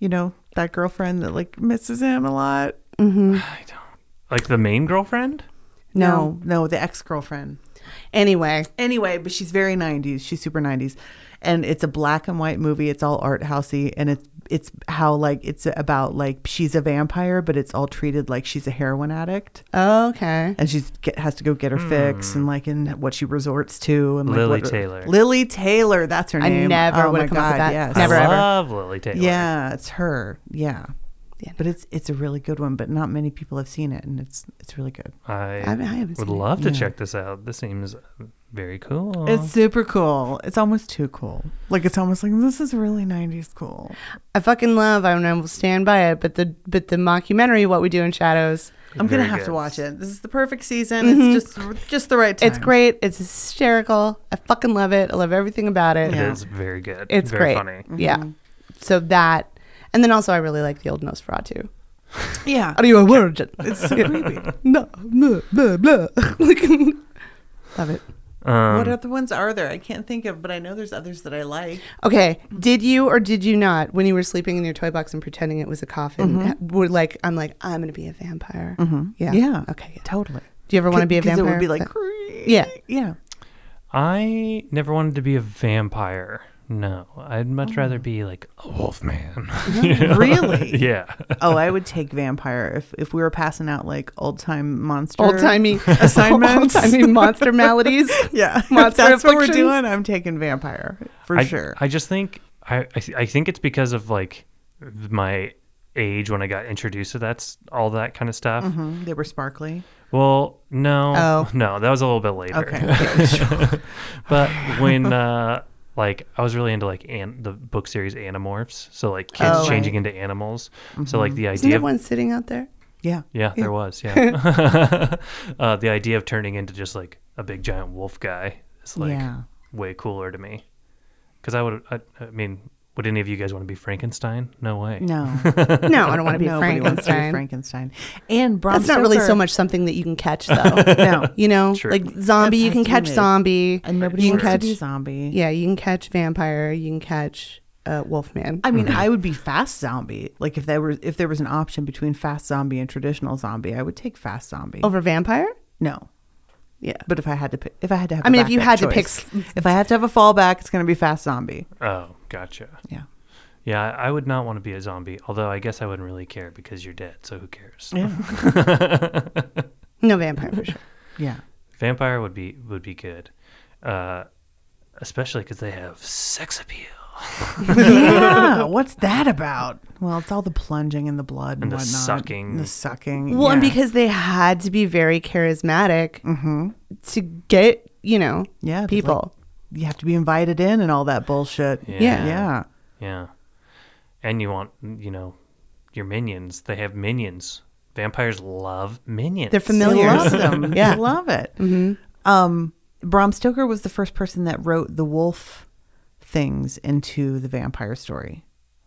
You know, that girlfriend that like misses him a lot. Like the main girlfriend? No, no, the ex girlfriend. Anyway, Anyway, but she's very 90s. She's super 90s. And it's a black and white movie. It's all art housey and it's it's how like it's about like she's a vampire, but it's all treated like she's a heroin addict okay. and she's get, has to go get her Hmm. fix and like and what she resorts to and like, Lily what- Taylor. Lily Taylor, that's her I name. never oh would've my come up with God, that. Yes. Never, I ever. love Lily Taylor. Yeah, it's her. Yeah. Yeah. But it's it's a really good one, but not many people have seen it and it's it's really good. I, I- I haven't would seen it. love to check this out. This seems very cool. It's super cool. It's almost too cool. Like it's almost like this is really 90s cool. I fucking love. I don't stand by it, but the but the mockumentary, what we do in shadows, I'm going Very to have to good. watch it. This is the perfect season. It's just just the right time. Mm-hmm. it's great. It's hysterical. I fucking love it. I love everything about it. It Yeah. Mm-hmm. is very good. It's very great. funny. Yeah. So that, and then also I really like the old Nosferatu. Yeah. Are you a virgin? It's so creepy. no, blah, blah, blah. Like, love it. Um, what other ones are there? I can't think of, but I know there's others that I like. Okay, did you or did you not, when you were sleeping in your toy box and pretending it was a coffin, Mm-hmm. were like, I'm like, I'm gonna be a vampire. Mm-hmm. Yeah. Yeah. Okay. yeah. Totally. Do you ever want to be a Because vampire? Mm-hmm. It would be like, That- "Creep." Yeah. yeah. I never wanted to be a vampire. No, I'd much rather be like a wolf man. Oh. Really? yeah. Oh, I would take vampire if if we were passing out like old time monster Old timey assignments. Old timey monster maladies. Yeah, if Monster that's what we're afflictions. doing. I'm taking vampire for I, sure. I just think I I, th- I think it's because of like my age when I got introduced to that's all that kind of stuff. Mhm, They were sparkly. Well, no, Mm-hmm. Oh. no, that was a little bit later. Okay. But when uh, like I was really into like an- the book series Animorphs, so like kids Oh, changing right. Mm-hmm. into animals. So like the Isn't idea there of one sitting out there? yeah. Yeah, there was. Yeah, uh, the idea of turning into just like a big giant wolf guy is like Yeah. way cooler to me. Because I would, I, I mean, would any of you guys want to be Frankenstein? No way. No. No, I don't want to be Nobody wants to Frankenstein. be Frankenstein. And Bram That's not really so Stoker- much something that you can catch though. No. you know, True. like zombie, That's you can how catch humid. zombie. And nobody you wants can to be catch zombie. Yeah, you can catch vampire. You can catch uh, Wolfman. I mean, Mm-hmm. I would be fast zombie. Like if there was if there was an option between fast zombie and traditional zombie, I would take fast zombie. Over vampire? No. Yeah. But if I had to pick, if I had to have, I a mean, if you backup had to pick choice, if I had to have a fallback, it's going to be Fast Zombie. Oh, gotcha. Yeah. Yeah, I I would not want to be a zombie. Although I guess I wouldn't really care because you're dead, so who cares? No vampire for sure. Yeah. Vampire would be would be good, uh, especially because they have sex appeal yeah. What's that about? Well, it's all the plunging and the blood and, And the whatnot. sucking. The sucking. Well, and yeah. because they had to be very charismatic to get, you know, Mm-hmm. Yeah, it's people. you have to be invited in and all that bullshit. Yeah. Yeah. Yeah. And you want, you know, your minions. They have minions. Vampires love minions. They're They familiar. love them. Yeah. Mm-hmm. They love it. Um, Bram Stoker was the first person that wrote the wolf things into the vampire story.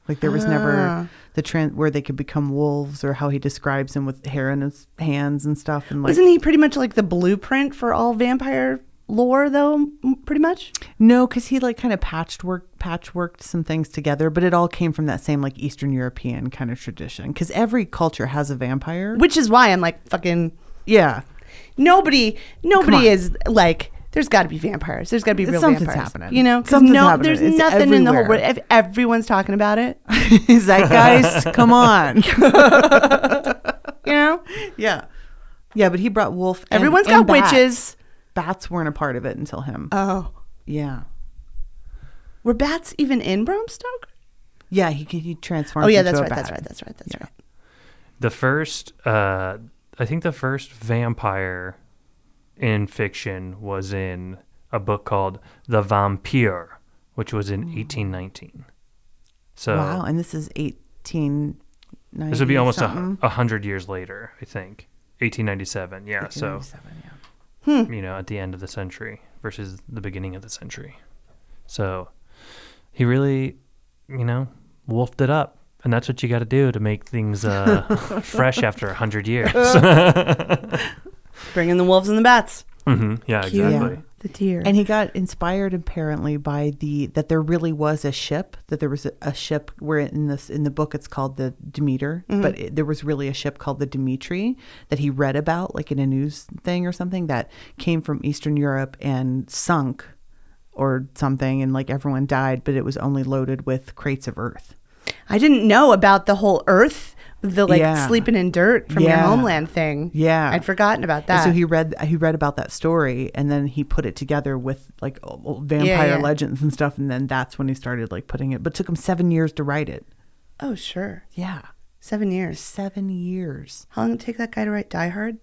Like there was Ah. never the trend where they could become wolves or how he describes them with hair in his hands and stuff. And like, Wasn't he pretty much like the blueprint for all vampire lore, though? m- Pretty much. No, because he like kind of patched work, patchworked some things together, but it all came from that same like Eastern European kind of tradition. Because every culture has a vampire. Which is why I'm like fucking Yeah, nobody. Nobody on. is like. There's got to be vampires. There's got to be real Something's vampires. happening. You know, 'Cause Something's no, happening. there's It's nothing in the whole everywhere. world. If everyone's talking about it, zeitgeist. come on. you know, yeah, yeah, but he brought wolf. and- everyone's got and bats. witches. Bats weren't a part of it until him. Oh, yeah, were bats even in Bram Stoker? yeah, he could- he transformed. Oh yeah, into that's a right, that's bat. right. That's right. That's right. the first, uh, I think the first vampire in fiction was in a book called The Vampire, which was in 1819. So Wow, and this is eighteen. Uh, this would be almost a, a hundred years later, I think. 1897. Yeah. So, you know, at the end of the century versus the beginning of the century. So he really, you know, wolfed it up. And that's what you got to do to make things uh, fresh after a 100 years. Bring in the wolves and the bats. hmm Yeah, Cue exactly. The deer. And he got inspired apparently by the that there really was a ship that there was a, a ship where in this in the book it's called the Demeter, Mm-hmm. but it, there was really a ship called the Dimitri that he read about like in a news thing or something that came from Eastern Europe and sunk or something and like everyone died, but it was only loaded with crates of earth. I didn't know about the whole Earth, the like Yeah. sleeping in dirt from your Yeah. homeland thing. Yeah. I'd forgotten about And that. so he read he read about that story and then he put it together with like o- o- vampire yeah. legends and stuff and then that's when he started like putting it but it took him 7 years to write it. oh sure, Yeah. seven years. 7 years. How long did it take that guy to write Die Hard?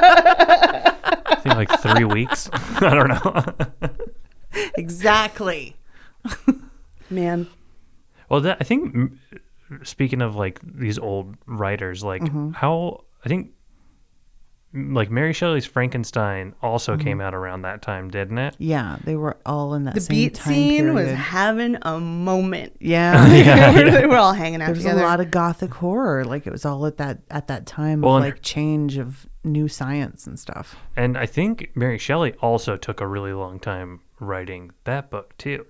I think like three weeks. I don't know. Exactly. Man, Well, that, I think m- speaking of like these old writers, like how I think m- like Mary Shelley's Frankenstein also came out around that time, didn't it? Yeah, they were all in that the same beat time scene was period. having a moment. yeah. they were all hanging out There was together. a lot of gothic horror. Like it was all at that at that time Well, of and- like change of new science and stuff. And I think Mary Shelley also took a really long time writing that book too.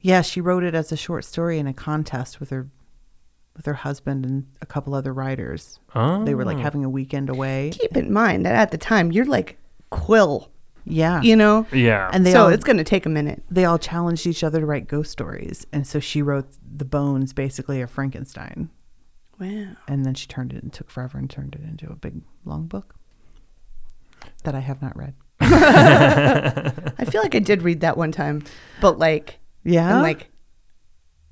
Yeah, she wrote it as a short story in a contest with her with her husband and a couple other writers. Oh, They were like having a weekend away. Keep in mind that at the time you're like Quill, Yeah. you know. yeah, And they so all it's going to take a minute. they all challenged each other to write ghost stories. And so she wrote The Bones basically of Frankenstein. Wow. And then she turned it and took forever and turned it into a big long book that I have not read. I feel like I did read that one time, but like Yeah. in like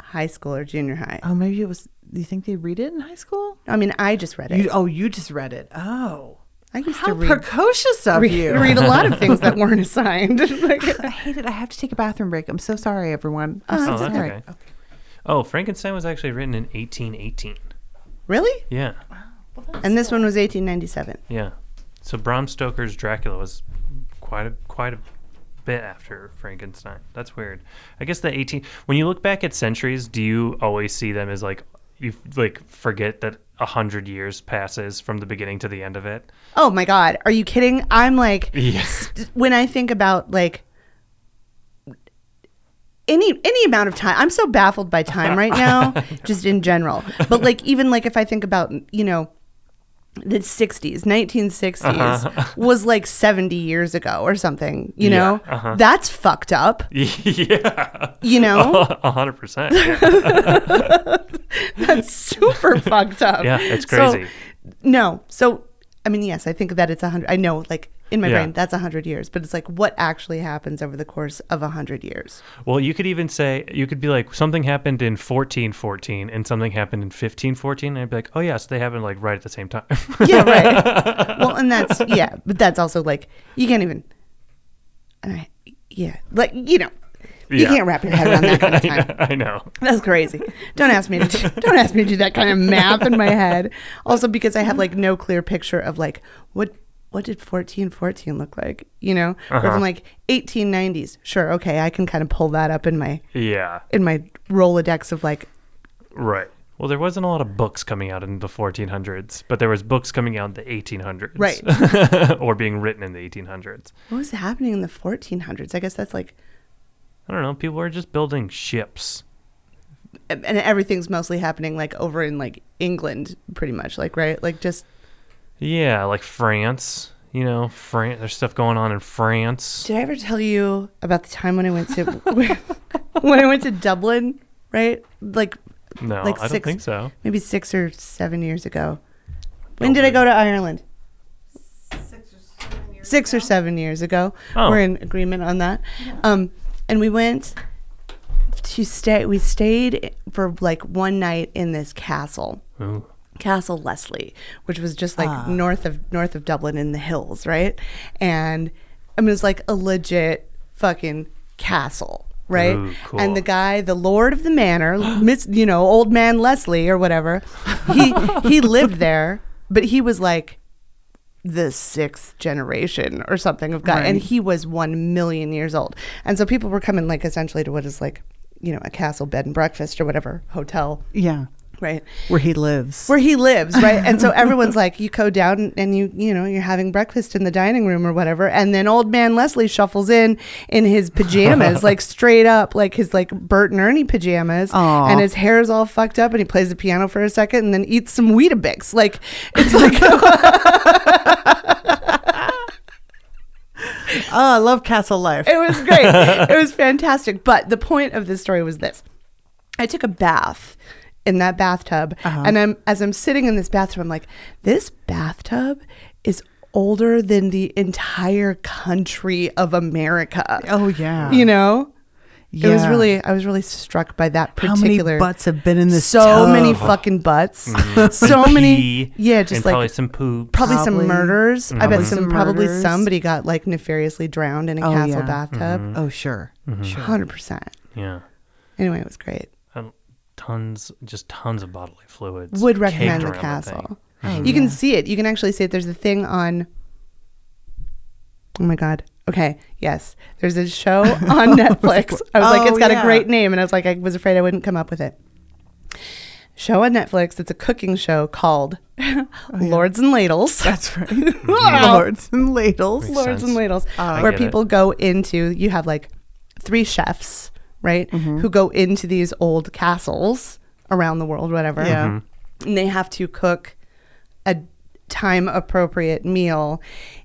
high school or junior high. Oh, maybe it was you think they read it in high school? I mean, I just read it. You, oh, you just read it. Oh. I used to How read precocious of read, you. read a lot of things that weren't assigned. Like, I hate it. I have to take a bathroom break. I'm so sorry, everyone. I'm so oh, that's sorry. okay. Oh, Frankenstein was actually written in 1818. really? Yeah, And this one was 1897. yeah. So Bram Stoker's Dracula was quite a quite a bit after Frankenstein. That's weird. I guess the 18 when you look back at centuries, do you always see them as like you like forget that a hundred years passes from the beginning to the end of it? Oh my God. Are you kidding? I'm like, Yes. when I think about like any any amount of time, I'm so baffled by time right now, just in general. But like even like if I think about you know the 60s, 1960s Uh-huh. was like 70 years ago or something. You Yeah, know, uh-huh. that's fucked up. yeah, You know, a hundred percent. Yeah. that's super fucked up. Yeah, it's So, crazy. no, so I mean, yes, I think that it's a hundred. I know, like in my Yeah. brain, that's a hundred years, but it's like what actually happens over the course of a hundred years. Well, you could even say you could be like something happened in 1414 and something happened in 1514, and I'd be like, oh yes, they happened like right at the same time. yeah, right. Well, and that's yeah, but that's also like you can't even. And I, yeah, like you know, you Yeah. can't wrap your head around that kind of I time. know. I know. That's crazy. Don't ask me to do, don't ask me to do that kind of math in my head. Also, because I have like no clear picture of like what what did fourteen fourteen look like, you know, or from like eighteen nineties. Sure, okay, I can kind of pull that up in my Yeah. in my rolodex of like Right. Well, there wasn't a lot of books coming out in the 1400s, but there was books coming out in the 1800s, or being written in the 1800s. what was happening in the fourteen hundreds. I guess that's like I don't know. People were just building ships. and everything's mostly happening like over in like England, pretty much, like right, like just Yeah, like France. You know, France. There's stuff going on in France. Did I ever tell you about the time when I went to when I went to Dublin, right? Like No, like I don't six- think so. maybe 6 or 7 years ago. When did I go to Ireland? 6 or 7 years ago. Oh. We're in agreement on that. Um and we went to stay we stayed for like one night in this castle. Ooh. Castle Leslie, which was just like north of north of Dublin in the hills, right? And I mean, it was like a legit fucking castle, right? Ooh, cool. And the guy, the lord of the manor, Miss, you know, old man Leslie or whatever, he he lived there, but he was like the sixth generation or something of God, and he was one million years old. And so people were coming like essentially to what is like, you know, a castle bed and breakfast or whatever hotel Yeah. right where he lives. where he lives, right? And so everyone's like, you go down and you, you know, you're having breakfast in the dining room or whatever. And then old man Leslie shuffles in in his pajamas, like straight up, like his like Bert and Ernie pajamas. Aw. And his hair's all fucked up and he plays the piano for a second and then eats some Weetabix. Like, it's like, oh, I love Castle Life. It was great. it was fantastic. But the point of this story was this: I took a bath in that bathtub, Uh-huh. and I'm as I'm sitting in this bathtub, I'm like, this bathtub is older than the entire country of America. Oh, yeah. you know. It was Yeah. really, I was really struck by that How many particular. butts have been in this? so many tub? Mm-hmm. fucking butts, so many, Pee yeah, just and like probably some poop. probably, Probably. some murders. I bet Probably some, some probably murders. somebody got like nefariously drowned in a Oh, castle yeah. bathtub. Mm-hmm. Oh sure. Sure. 100 percent. yeah, Anyway, it was great. and Um, tons, just tons of bodily fluids. Would caked recommend the around thing. castle. Oh, You can yeah. see it. You can actually see it. There's a thing on. Oh my god. Okay. Yes. There's a show on Netflix. I was like, Oh, it's got yeah. a great name, and I was like, I was afraid I wouldn't come up with it. Show on Netflix. It's a cooking show called Lords and Ladles. Oh, That's right. Mm-hmm. Lords and ladles. Makes lords and sense. ladles I where get it. people go into you have like three chefs right Mm-hmm. who go into these old castles around the world whatever Yeah. Mhm. Mm-hmm. and they have to cook a time appropriate meal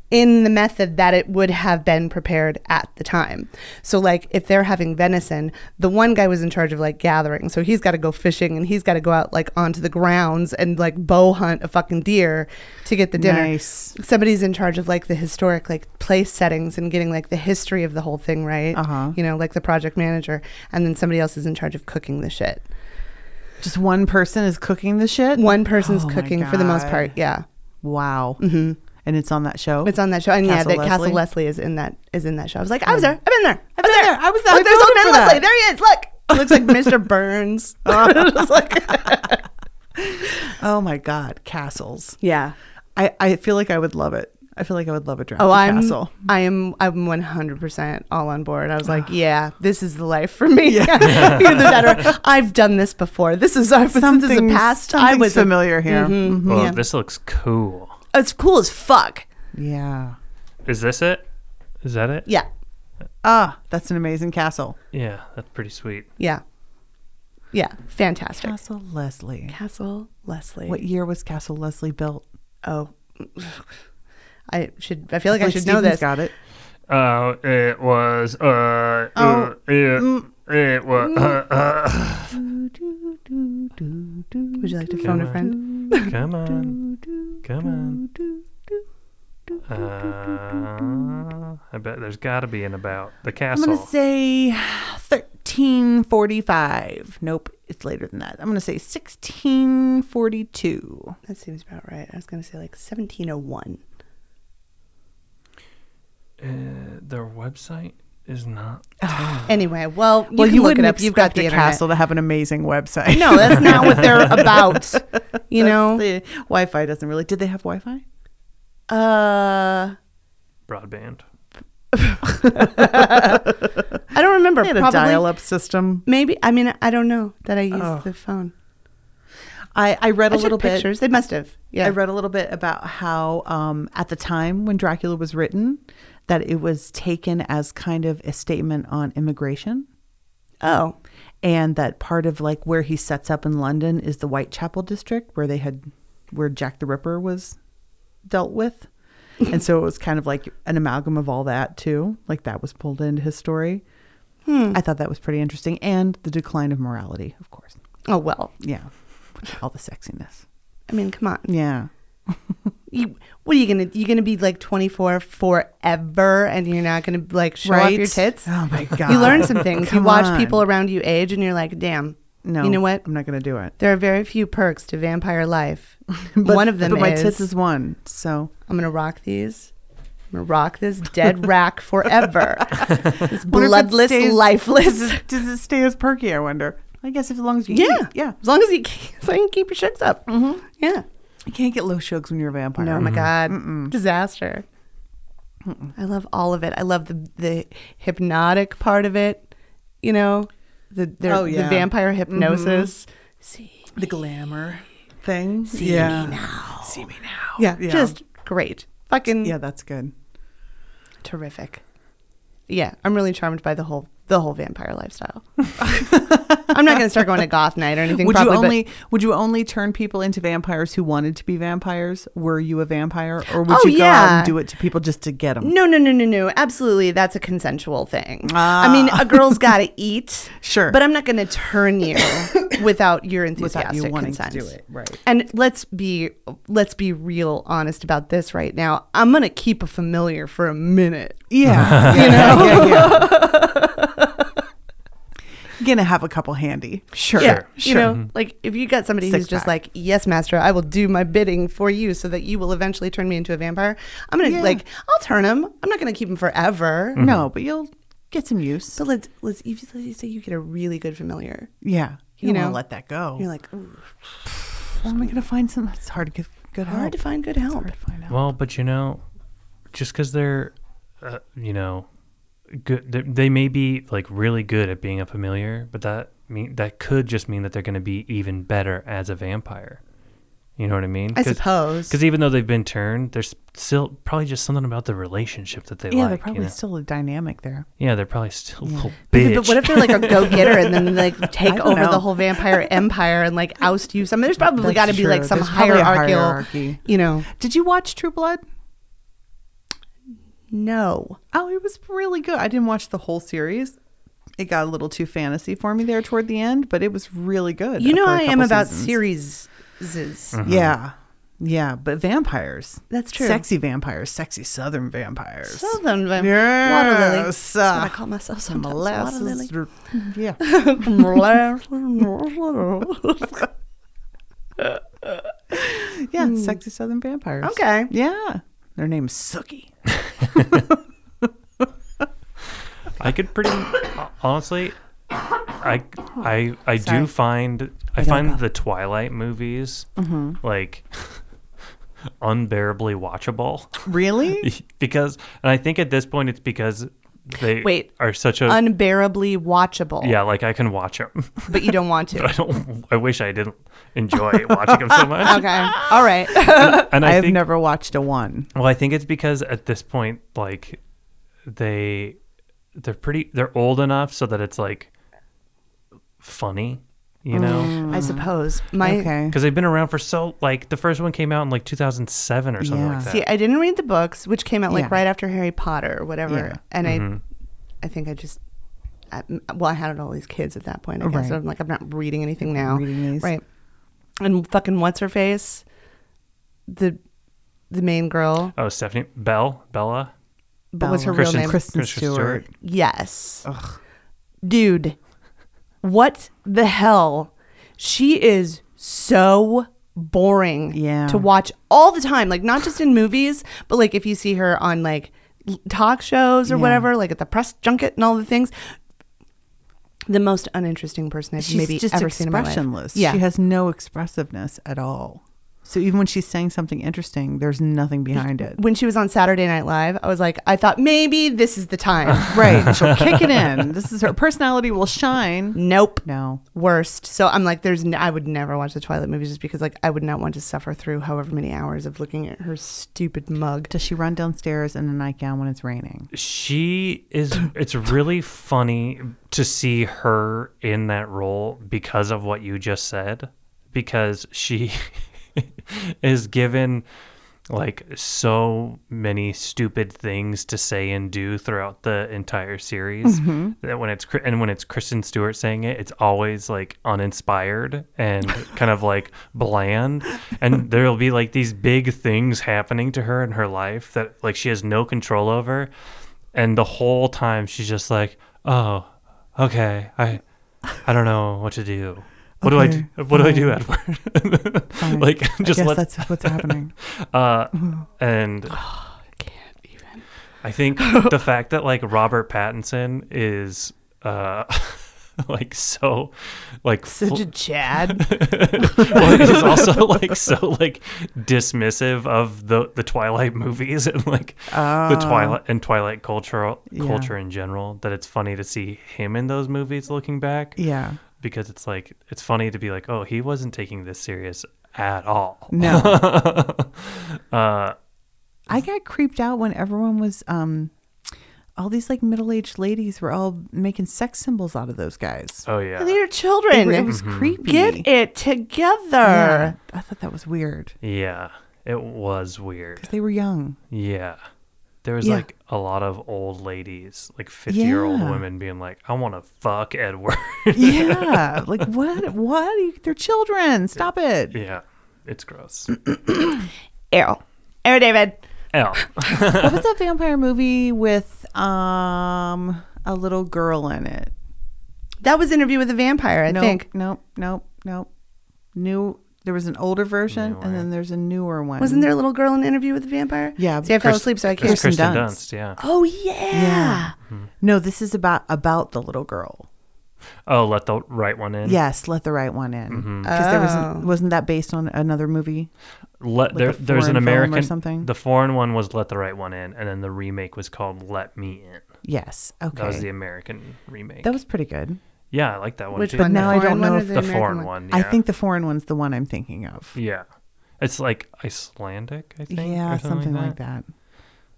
in the method that it would have been prepared at the time. So like if they're having venison, the one guy was in charge of like gathering. So he's got to go fishing and he's got to go out like onto the grounds and like bow hunt a fucking deer to get the dinner Nice. somebody's in charge of like the historic like place settings and getting like the history of the whole thing right Uh-huh. you know like the project manager and then somebody else is in charge of cooking the shit Just one person is cooking the shit. one person's Oh my cooking for the most God. part yeah Wow. Mm-hmm. And it's on that show. it's on that show and Castle yeah that castle Leslie? leslie is in that is in that show i was like i was there i've been there i've been there. I was there. I look, there's old voted man for that. leslie there he is look He looks like mr burns Just like- Oh my God, castles. yeah I, I feel like I would love it. I feel like I would love a drafty Oh, I'm, castle. I am, I'm 100% all on board. I was like, yeah, this is the life for me. Either that or I've done this before. This is, I was, this is a Something's- past. I something's was familiar. Mm-hmm. familiar here. Well, yeah. Oh, Oh, this looks cool. It's cool as fuck. Yeah. Is this it? Is that it? Yeah. Ah, that's an amazing castle. Yeah, that's pretty sweet. Yeah. Yeah. Fantastic. Castle, Castle Leslie. Leslie. What year was Castle Leslie built? Oh, I should, I feel like I should know this. Stephen's Got it. Uh, it was. Uh, Oh, it, mm. it was. Would you like to phone a on. friend? uh, come on, come on. Uh, I bet there's got to be in about the I'm castle. gonna say 1345. Nope, it's later than that. I'm gonna say 1642. That seems about right. I was going to say like 1701. Uh, Their website is not. Anyway, well, you can look it up. You've got the internet. castle to have an amazing website. No, that's not what they're about. You know, the Wi-Fi doesn't really. Did they have Wi-Fi? uh, broadband. I don't remember. They had a Probably, dial-up system. Maybe. I mean, I don't know that I used Oh. the phone. I, I read I a took little bit. pictures. They must have. Yeah. I read a little bit about how, um, at the time when Dracula was written, that it was taken as kind of a statement on immigration, oh, and that part of like where he sets up in London is the Whitechapel district where they had, where Jack the Ripper was dealt with, and so it was kind of like an amalgam of all that too. Like that was pulled into his story. Hmm. I thought that was pretty interesting, and the decline of morality, of course. oh well. Yeah, With all the sexiness. I mean, come on. Yeah. You, what are you gonna? You gonna be like 24 forever, and you're not gonna like show off your tits? Oh my god. You learn some things. you Come watch on. people around you age, and you're like, damn. No. You know what? I'm not going to do it. There are very few perks to vampire life. one of them But is my tits is one. So I'm gonna rock these. I'm gonna rock this dead rack forever. this Wonder if it bloodless, stays- lifeless. does it stay as perky? I wonder. I guess if as long as you Yeah, eat. yeah. As long as you keep, as long as you keep your sugars up. Mm-hmm. Yeah. You can't get low sugars when you're a vampire. No, oh my god, disaster. I love all of it. I love the the hypnotic part of it. You know, the their, Oh, yeah. Mm-hmm. the vampire hypnosis. See, the glamour thing. See yeah. me now. See me now. Yeah, Oh, Yeah. just great. Fucking Yeah, that's good. terrific. Yeah, I'm really charmed by the whole the whole vampire lifestyle. I'm not going to start going to goth night or anything. Would probably, you but- only would you only turn people into vampires who wanted to be vampires? Were you a vampire, or would Oh, you go out yeah. and do it to people just to get them? No, no, no, no, no. Absolutely, that's a consensual thing. I mean, a girl's got to eat. Ah. Sure. But I'm not going to turn you without your enthusiastic Without you wanting consent. to do it, right? And let's be let's be real honest about this right now. I'm going to keep a familiar for a minute. Yeah, you know, yeah, yeah. gonna have a couple handy. Sure, Mm-hmm. You know, like if you got somebody who's just Six-pack. like, "Yes, master, I will do my bidding for you so that you will eventually turn me into a vampire." I'm going to Yeah. like I'll turn him. I'm not going to keep him forever. No, but you'll get some use. So let's let's you let's say you get a really good familiar. Yeah, You you, don't wanna know. let that go. You're like, "Ooh, Where am I gonna find some? It's hard to get good help. hard to find good help. Hard to find out. Well, but you know, just because they're, uh, you know, good, they, they may be like really good at being a familiar, but that mean that could just mean that they're going to be even better as a vampire. You know what I mean? I suppose. Because even though they've been turned, there's still probably just something about the relationship that they yeah, like. there's you probably know? still a dynamic there. yeah, they're probably still a little But- bitch. But what if they're like a go-getter and then they, like take don't over know. the whole vampire empire and like oust you? Some there's probably That's got to be like true. some There's probably a hierarchical, hierarchy. you know? Did you watch True Blood? No, Oh, it was really good. I didn't watch the whole series. It got a little too fantasy for me there toward the end, but it was really good. you know for a I am couple about seasons. series. Mm. Yeah. Yeah, but vampires. That's true. Sexy vampires, sexy southern vampires. Southern vamp- water lily. Yes, That's what I uh, call myself sometimes. Water lily. Molasses. or- Yeah. Yeah, sexy southern vampires. Okay. Yeah. Their name's Sookie. I could pretty honestly. I I I do find I find the Twilight movies like unbearably watchable Really? because, and I think at this point it's because they Wait. are such a Unbearably watchable. yeah like I can watch them. but you don't want to. I don't. I wish I didn't enjoy watching them so much. Okay, all right. And I, I have think, never watched a one. Well, I think it's because at this point, like, they they're pretty they're old enough so that it's like funny, you know, I suppose my Okay. because they've been around for so like the first one came out in like 2007 or something Yeah. like that. See, I didn't read the books, which came out like Yeah. right after Harry Potter or whatever, Yeah. and Mm-hmm. I, I think I just, I, well, I had all these kids at that point. I guess Right. so I'm like, I'm not reading anything now, Reading these. right? And fucking what's her face, the, the main girl. oh, Stephanie Bell Bella. But what's her real Kristen- name? Kristen, Kristen Stewart. Stewart. Yes. Dude, what the hell? She is so boring Yeah. to watch all the time. Like, not just in movies, but like if you see her on like l- talk shows or Yeah. whatever, like at the press junket and all the things. The most uninteresting person I've She's maybe just ever seen in my life. expressionless. Yeah. She has no expressiveness at all. So even when she's saying something interesting, there's nothing behind it. when she was on Saturday Night Live, I was like, I thought maybe this is the time. Right. She'll kick it in. This is her personality will shine. nope. No. worst. So I'm like, there's, n I would never watch the Twilight movies just because like I would not want to suffer through however many hours of looking at her stupid mug. Does she run downstairs in a nightgown when it's raining? She is. It's really funny to see her in that role because of what you just said, because she is given like so many stupid things to say and do throughout the entire series Mm-hmm. that when it's Kri- and when it's Kristen Stewart saying it it's always like uninspired and kind of like bland and there'll be like these big things happening to her in her life that like she has no control over and the whole time she's just like oh okay I I don't know what to do what do Okay, I do? What do I do, Edward? Fine. like just I guess let that's what's happening. uh, Mm-hmm. and Oh, Can't even. I think the fact that like Robert Pattinson is uh, like so like fl- Such a Chad. well, he's also like so like dismissive of the the Twilight movies and like the Twilight and Twilight culture Ah. Yeah. culture in general that it's funny to see him in those movies looking back. Yeah. because it's like it's funny to be like, oh, he wasn't taking this serious at all. No, Uh, I got creeped out when everyone was um, all these like middle-aged ladies were all making sex symbols out of those guys. oh yeah, They're It, children. were- it was creepy. Get it together. Yeah, I thought that was weird yeah, it was weird. because they were young. Yeah, there was Yeah. like a lot of old ladies, like fifty-year-old Yeah. women, being like, I want to fuck Edward. Yeah, like what? What? You- They're children. Stop it. yeah, it's gross. Ew. Ew, David. L. What was that vampire movie with um a little girl in it? That was interview with a vampire, I nope, think. Nope. Nope. Nope. New. There was an older version, Newer. and then there's a newer one. Wasn't there a little girl in interview with a vampire? Yeah. See, I fell Chris- asleep, so I It's can't. Kristen Kristen Dunst. Dunst. Yeah. Oh yeah. Mm-hmm. No, this is about about the little girl. Oh, let the right one in. Yes, let the right one in. Mm-hmm. Because there Oh. wasn't wasn't that based on another movie? Let, there, a there's an foreign film or American. something? The foreign one was let the right one in, and then the remake was called Let Me In. Yes. Okay. That was the American remake. pretty good. yeah, I like that one Which too. one? now the I don't foreign know one or if the, American foreign one. I yeah. think the foreign one's the one I'm thinking of. Yeah, it's like Icelandic. I think. or Yeah, something, like that. that.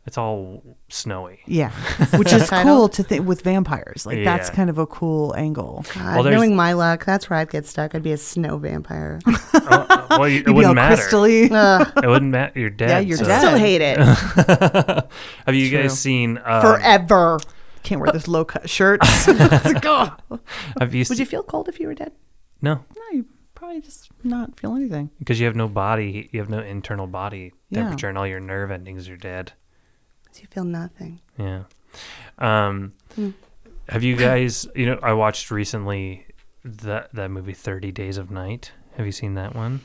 It's all snowy. Yeah, which is Subtitle? cool to think with vampires. Like that's Yeah. kind of a cool angle. God, Well, there's- knowing my luck, that's where I'd get stuck. I'd be a snow vampire. oh, well, you- it You'd be wouldn't all matter. Um, crystally. Ugh, It wouldn't matter. You're dead. you're so- dead. still hate it Have you guys True. seen? Um, forever. Can't wear this low cut shirt. It's like, oh. no, Have you? Would Seen, you feel cold if you were dead? no, you probably just not feel anything. because you have no body. You have no internal body Yeah. temperature, and all your nerve endings are dead. So you feel nothing. Yeah. Um, Hmm. Have you guys? You know, I watched recently that that movie Thirty Days of Night. Have you seen that one?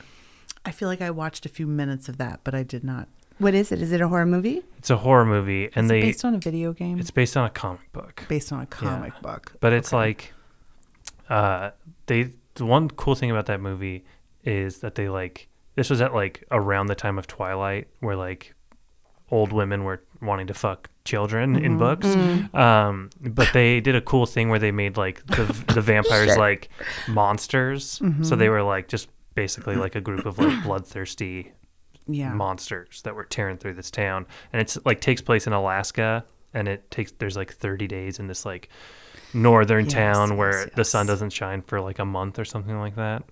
I feel like I watched a few minutes of that, but I did not. What is it? Is it a horror movie? It's a horror movie, and Is it they based on a video game. it's based on a comic book. based on a comic book. But it's like, uh, they the one cool thing about that movie is that they like this was at like around the time of Twilight, where like old women were wanting to fuck children in books. Um, but they did a cool thing where they made like the the vampires like monsters. So they were like just basically like a group of like bloodthirsty yeah. monsters that were tearing through this town and it's like takes place in alaska and it takes there's like 30 days in this like northern Yes, town where yes, the sun yes. doesn't shine for like a month or something like that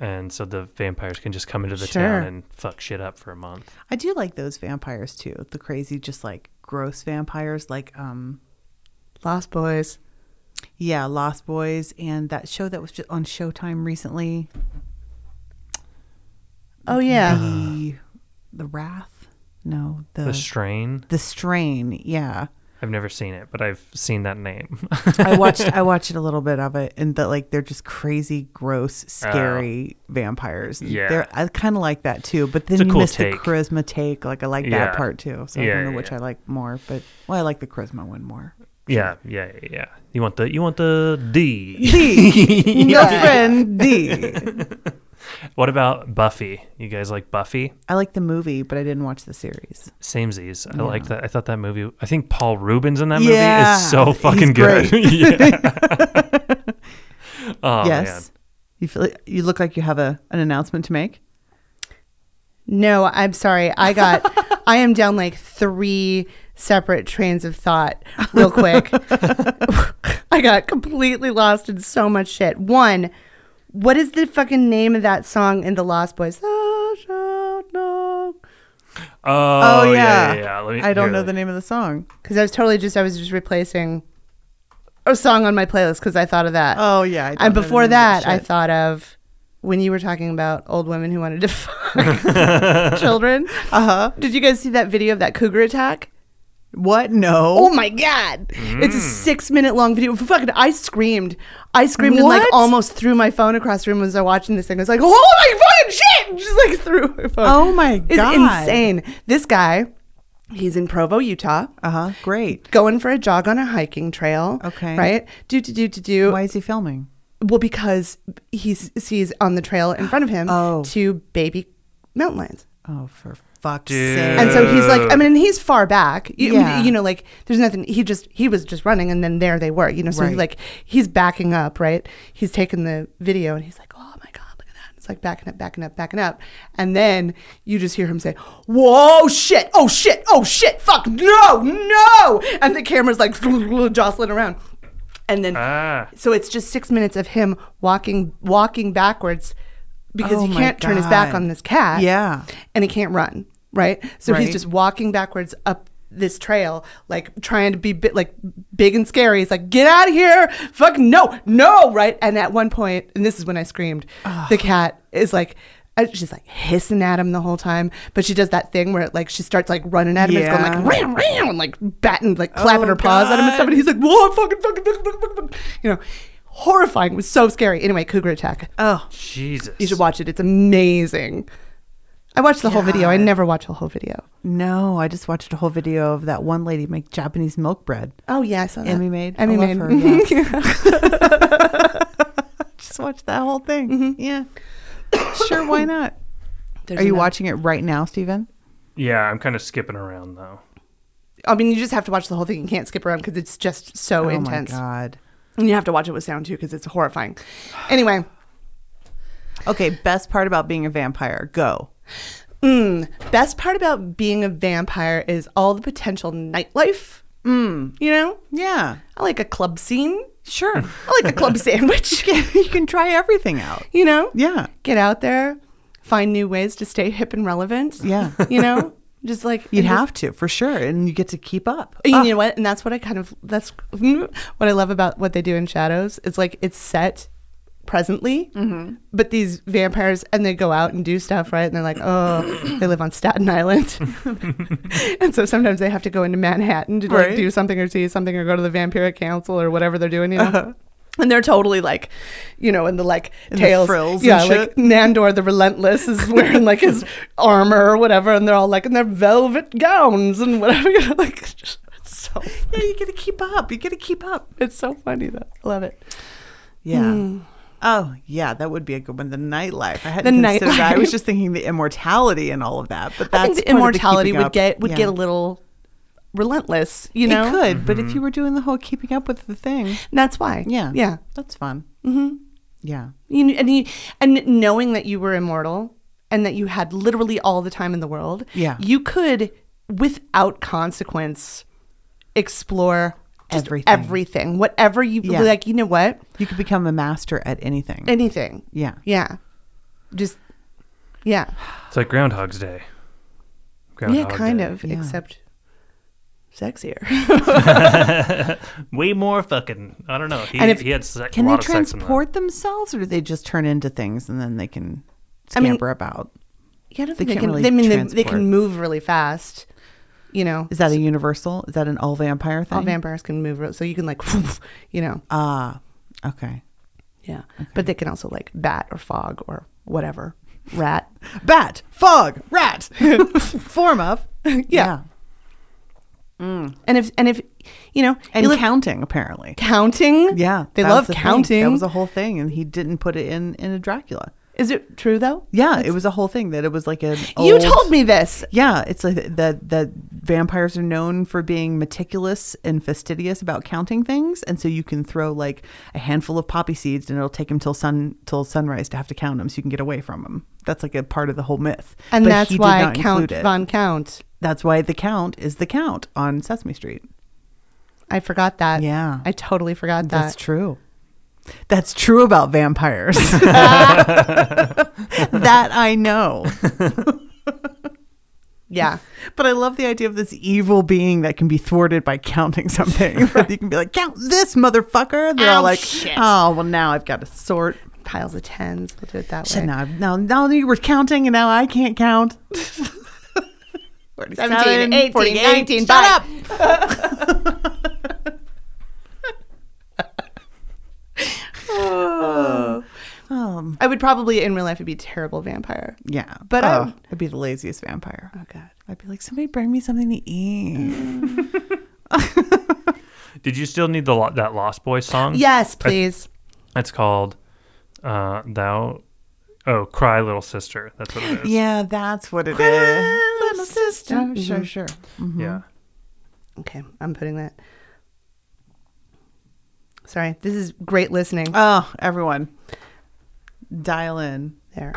and so the vampires can just come into the Sure. town and fuck shit up for a month I do like those vampires too. The crazy, just like gross vampires, like um, Lost Boys. yeah, Lost Boys, and that show that was just on Showtime recently, Oh yeah. the the Wrath. No, the the strain the strain. Yeah, i've never seen it but i've seen that name I watched I watched a little bit of it, and that like they're just crazy, gross, scary vampires. And Oh. Yeah. they're, I kind of like that too. But then a you cool miss take. the charisma take. Like I like Yeah. that part too. So I Yeah, don't know yeah, which yeah. I like more, but well, I like the charisma one more. yeah yeah yeah, yeah you want the you want the d D, your friend D. what about buffy you guys like buffy I like the movie, but I didn't watch the series. Samesies. I like that. I thought that movie. I think Paul Rubens in that Yeah, movie is so he's fucking good. yeah. oh yes, you feel you look like you have a an announcement to make. No, I'm sorry. I got. I am down like three separate trains of thought real quick. I got completely lost in so much shit. One, what is the fucking name of that song in the Lost Boys? Thou shalt not man. Oh, yeah. yeah, yeah. Let me I don't hear know that. the name of the song. Because I was totally just I was just replacing a song on my playlist because I thought of that. Oh yeah, I don't and know the before name of that, I shit. thought of when you were talking about old women who wanted to fuck children. Uh Uh-huh. huh. Did you guys see that video of that cougar attack? what? No. Oh my god! It's Mm. a six-minute-long video. Fucking, I screamed. I screamed and like What? almost threw my phone across the room as I was watching this thing. I was like, "Holy fucking shit!" And Just like threw her phone. Oh my It's God. insane. This guy, he's in Provo, Utah Uh huh. Great. going for a jog on a hiking trail. Okay. Right? Do, do, do, do, do. Why is he filming? Well, because he s- sees on the trail in front of him Oh. two baby mountain lions. Oh, for fuck's Dude. sake. And so he's like, I mean, and he's far back. You, I mean, Yeah. you know, like there's nothing. He just he was just running, and then there they were. You know, so he, Right. like he's backing up, right? He's taking the video, and he's like, oh my god, look at that. It's like backing up, backing up, backing up, and then you just hear him say, whoa, shit, oh shit, oh shit, fuck, no, no, and the camera's like jostling around, and then Ah. so it's just six minutes of him walking walking backwards because Oh he my can't turn his back God. on this cat Yeah. and he can't run, right? So Right. he's just walking backwards up this trail, like trying to be bit, like big and scary. He's like, "Get out of here! Fuck no, no!" Right? And at one point, and this is when I screamed, the cat is like. uh, She's like hissing at him the whole time, but she does that thing where it, like she starts like running at him, and it's Yeah. going like ram ram and like batting like clapping Oh, her paws at him and stuff. God. And he's like, "Whoa, fucking fucking fucking fucking, fucking, fucking," you know, horrifying. It was so scary. Anyway, cougar attack. Oh, Jesus. You should watch it. It's amazing. I watched the whole video. I never watch the whole video. no. I just watched a whole video of that one lady make Japanese milk bread. Oh yeah, I saw that. Emmy made. Emmy I made. love her, yeah. just watched that whole thing. Yeah. Sure, why not? Mm-hmm. There's Are you another- watching it right now, Steven? Yeah, I'm kind of skipping around though. I mean, you just have to watch the whole thing. You can't skip around because it's just so oh intense. my god. And you have to watch it with sound too because it's horrifying. Anyway, Okay, best part about being a vampire. Go. mm, best part about being a vampire is all the potential nightlife. Mm. You know, Yeah. I like a club scene. Sure. I like a club sandwich. you can try everything out. You know, Yeah. get out there, find new ways to stay hip and relevant. Yeah. you know, just like You'd and just- have to, for sure. And you get to keep up. And Ah, you know what? And that's what I kind of that's what I love about what they do in Shadows. It's like it's set presently, Mm-hmm. but these vampires and they go out and do stuff, right? And they're like, oh, they live on Staten Island, and so sometimes they have to go into Manhattan to Right. like do something or see something or go to the vampiric council or whatever they're doing, you know. Uh-huh. And they're totally like, you know, in the like the tails, frills and yeah, shit. like Nandor the Relentless is wearing like his armor or whatever, and they're all like in their velvet gowns and whatever. You know, like, it's so yeah, you get to keep up. You get to keep up. it's so funny though. I love it. Yeah. Oh, yeah, that would be a good one. The nightlife. I The hadn't considered that. I was nightlife. just thinking the immortality and all of that. But I that's think the part of the immortality keeping would up. get would Yeah. get a little relentless, you know. It could, but Mm-hmm. if you were doing the whole keeping up with the thing, That's why. yeah, yeah. that's fun. Mm-hmm. Yeah, You kn- and you, and knowing that you were immortal and that you had literally all the time in the world, Yeah. you could without consequence explore just Everything. everything, whatever you Yeah. like. You know what? you could become a master at anything. Anything. yeah, Yeah, just yeah, It's like Groundhog's Day. yeah, kind Day. of. Yeah. Except sexier. Way more fucking. I don't know. He, And if- he had se- can a they lot of sex in that. transport themselves, or do they just turn into things and then they can I mean- scamper about? Yeah, I don't They think they, can't can. really they, I mean, they, they transport. can move really fast. You know, Is that a universal? Is that an all vampire thing? all vampires can move, real- so you can like, you know, Ah, okay. yeah. But they can also like bat or fog or whatever, rat. Bat, fog, rat, form of yeah, And if and if you know, and you live- counting apparently. counting. Yeah, they that love was the thing. counting. That was a whole thing, and he didn't put it in in a Dracula. Is it true though? Yeah, it was a whole thing that it was like an. You old- told me this. Yeah, it's like that that vampires are known for being meticulous and fastidious about counting things, and so you can throw like a handful of poppy seeds, and it'll take him till sun till sunrise to have to count them, so you can get away from them. That's like a part of the whole myth, And But that's he did why not Count include it. Von Count. That's why the count is the count on Sesame Street. I forgot that. Yeah. I totally forgot that. That's true. That's true about vampires. that I know. Yeah. But I love the idea of this evil being that can be thwarted by counting something. you can be like, count this motherfucker. They're all Oh, like, shit. oh, well, now I've got to sort. Piles of tens. We'll do it that Shit, way. now, I've- now, now you were counting and now I can't count. 47, 18, 48. 19, Shut bye. up. Um, I would probably in real life would be a terrible vampire. yeah. But, oh, um, I'd be the laziest vampire. Oh god. I'd be like, somebody bring me something to eat. Did you still need the lo- that Lost Boy song? Yes, please. It's called uh, Thou. Oh, Cry Little Sister. That's what it is. Yeah, that's what it is. little sister. Oh, Sure, sure. Mm-hmm. Yeah. Okay, I'm putting that. Sorry, this is great listening. Oh, everyone, dial in. There.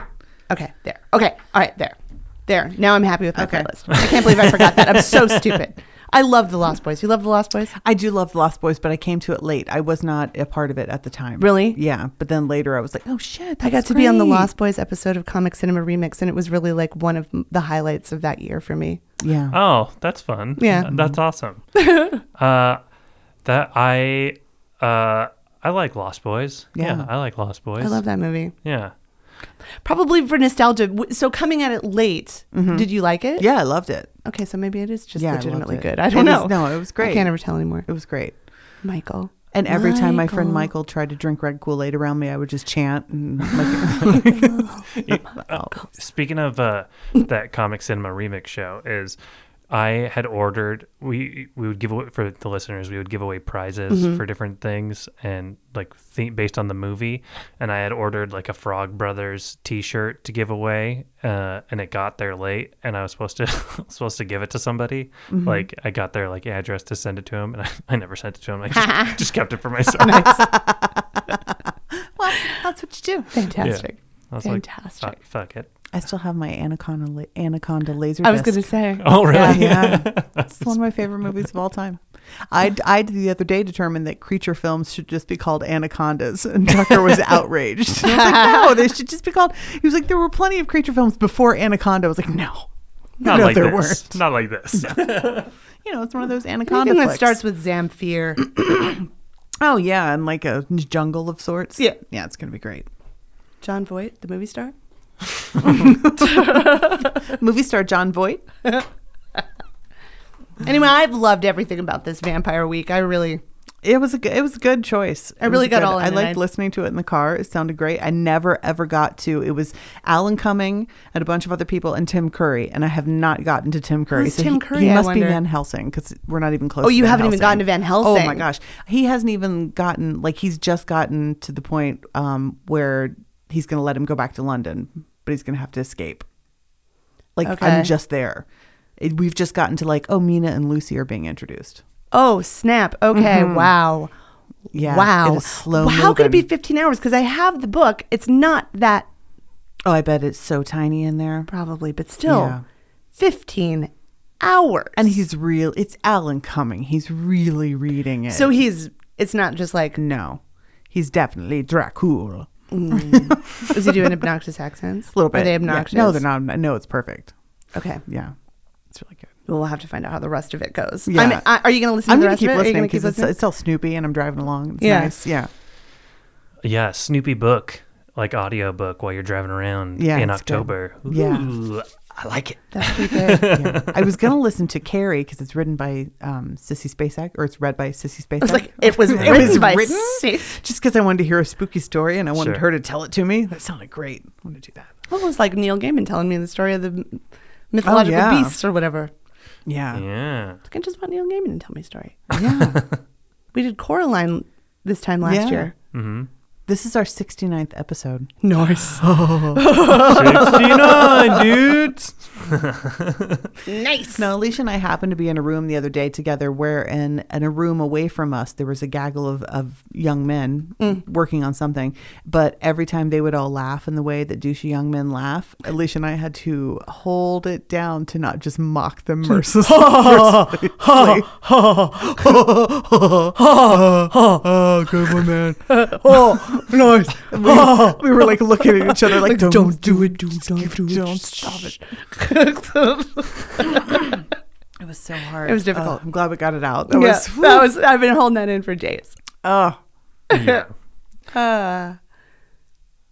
Okay, there. Okay, all right, there. There. Now I'm happy with my playlist. I can't believe I forgot that. I'm so stupid. I love the Lost Boys. You love the Lost Boys? I do love the Lost Boys, but I came to it late. I was not a part of it at the time. Really? Yeah. But then later, I was like, oh shit! I got that's to be on the great. Lost Boys episode of Comic Cinema Remix, and it was really like one of m- the highlights of that year for me. Yeah. Oh, that's fun. Yeah. That's awesome. uh, that I uh, I like Lost Boys. Yeah. Yeah. I like Lost Boys. I love that movie. Yeah. Probably for nostalgia. W- So coming at it late, did you like it? yeah, I loved it. Okay, so maybe it is just Yeah, I loved legitimately it. good. Mm-hmm. I It don't know. was- no, it was I great. can't ever tell anymore. It was great. Michael. And every time my friend Michael. Michael tried to drink red Kool Aid around me, I would just chant and like, Speaking of uh, that comic cinema remix show, is I had ordered we we would give away for the listeners we would give away prizes Mm-hmm. for different things and like theme, based on the movie, and I had ordered like a Frog Brothers T-shirt to give away, uh, and it got there late, and I was supposed to supposed to give it to somebody. Mm-hmm. Like I got their like address to send it to him, and I, I never sent it to him. I just, just kept it for myself. well, that's what you do. Fantastic. I was Fantastic. like, fuck, fuck it. I still have my Anaconda la- Anaconda laser. I was going to say. Oh really? Yeah, yeah. it's one of my favorite movies of all time. I I the other day determined that creature films should just be called anacondas, and Tucker was outraged. I was like, no, they should just be called. He was like, there were plenty of creature films before Anaconda. I was like, no, Not no, like there this. weren't. Not like this. You know, it's one of those Anything anaconda that flicks. starts with Zamfir. oh yeah, and like a jungle of sorts. Yeah. yeah, it's gonna be great. John Voight, the movie star. Movie star John Voight. Mm-hmm. Anyway, I've loved everything about this Vampire Week. I really. It was a good, it was a good choice. I It was really a got good- all in I and liked I- listening to it in the car. It sounded great. I never ever got to. It was Alan Cumming and a bunch of other people and Tim Curry, and I have not gotten to Tim Curry. Who's Tim he, Curry, He I must wonder? be Van Helsing because we're not even close. Oh, to you Van haven't even gotten Helsing. to Van Oh my Helsing. gosh, he hasn't even gotten like he's just gotten to the point um, where he's going to let him go back to London, but he's going to have to escape. Like Okay. I'm just there. It, we've just gotten to like oh Mina and Lucy are being introduced. Oh, snap. Okay, wow. Mm-hmm. Yeah, wow. it is slow Well, How could it be moving. 15 hours? Because I have the book. It's not that Oh, I bet it's so tiny in there. probably, but still Yeah. 15 hours. And he's real. It's Alan Cumming. He's really reading it. so he's. It's not just like. no, he's definitely Dracul. Is he doing obnoxious accents? A little bit. Are they Yeah. obnoxious? No, they're not. No, it's perfect. Okay. Yeah, it's really good. We'll have to find out how the rest of it goes. Yeah. I'm, I, are you going to listen I'm to the gonna rest keep of it? Are you listening gonna keep because it's, it's all Snoopy, and I'm driving along. It's Yeah. nice. Yeah, Yeah, Snoopy book, like audio book while you're driving around Yeah, in it's good. October. Yeah. Ooh, I like it. That's pretty good. yeah. I was gonna listen to Carrie because it's written by um, Sissy Spacek, or it's read by Sissy Spacek. It was like eh. it was It written was by written? Sis- just because I wanted to hear a spooky story, and I wanted Sure. her to tell it to me. That sounded great. I want to do that. almost like Neil Gaiman telling me the story of the m- mythological yeah. beasts or whatever. Yeah, Yeah. I can just want Neil Gaiman to tell me a story. yeah. We did Coraline this time last Yeah. year. this is our 69th episode. Nice. 69, dudes. nice. Now, Alicia and I happened to be in a room the other day together where, in, in a room away from us, there was a gaggle of, of young men Mm. working on something. But every time they would all laugh in the way that douchey young men laugh, Alicia and I had to hold it down to not just mock them mercilessly. mercilessly. Oh, good one, man. oh, nice. we, we were like looking at each other like, don't, do it, don't, don't do it. Don't stop it. It was so hard. It was difficult. Oh, I'm glad we got it out. That yeah, was, that was. I've been holding that in for days. oh, Yeah. Uh,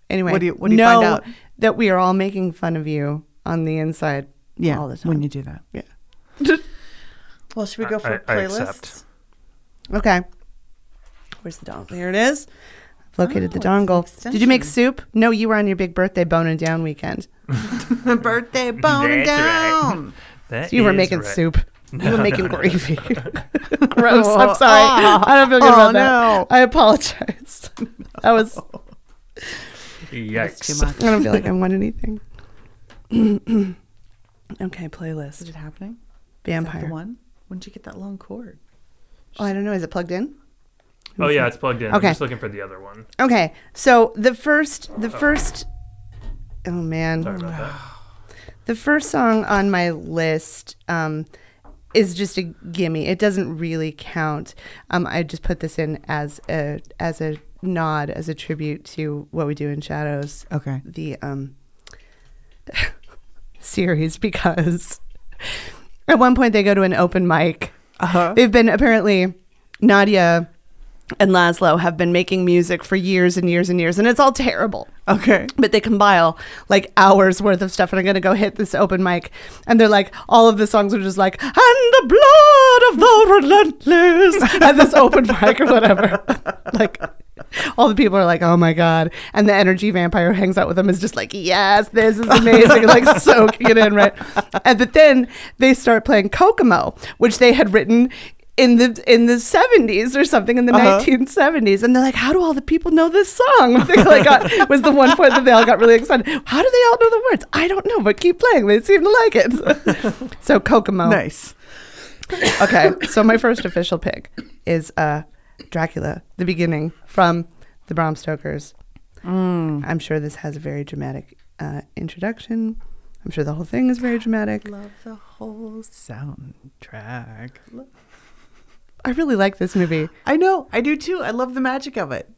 anyway, What do you- what do you know find out? That we are all making fun of you on the inside. yeah, all the time. when you do that. Yeah. Well, should we go for I- I accept. playlists? Okay. Where's the dongle? Here it is. Oh, I've located the dongle. extension. Did you make soup? No, you were on your big birthday boning down weekend. birthday bone That's right. down. That You were is making right. soup. you were making gravy. Gross. I'm sorry. I don't feel good Oh, about that. no. I apologize. That was. Yikes. Too much. I don't feel like I want anything. Okay, Is playlist. it happening? Is that Vampire. the one? When did you get that long cord? Oh, I don't know. Is it plugged in? Oh yeah, it's plugged in. I'm Okay. just looking for the other one. Okay. So the first, the first, oh man, Sorry about that. the first song on my list um, is just a gimme. It doesn't really count. Um, I just put this in as a as a nod, as a tribute to what we do in Shadows. Okay. the um, series because at one point they go to an open mic. Uh-huh. They've been apparently Nadia and Laszlo have been making music for years and years and years, and it's all terrible. Okay. But they compile like hours worth of stuff, and I'm gonna go hit this open mic. And they're like, all of the songs are just like, and the blood of the relentless at this open mic or whatever. like, all the people are like, oh my god. And the energy vampire who hangs out with them is just like, yes, this is amazing. like, soaking it in, right? And but then they start playing Kokomo, which they had written. In the in the seventies or something in the 1970s, and they're like, "How do all the people know this song?" I think like got, was the one point that they all got really excited. How do they all know the words? I don't know, but keep playing. They seem to like it. so Kokomo, Nice. okay, so my first official pick is uh, Dracula, the beginning from the Bram Stokers. Mm. I'm sure this has a very dramatic uh, introduction. I'm sure the whole thing is very dramatic. Love the whole soundtrack. I really like this movie. I know. I do too. I love the magic of it.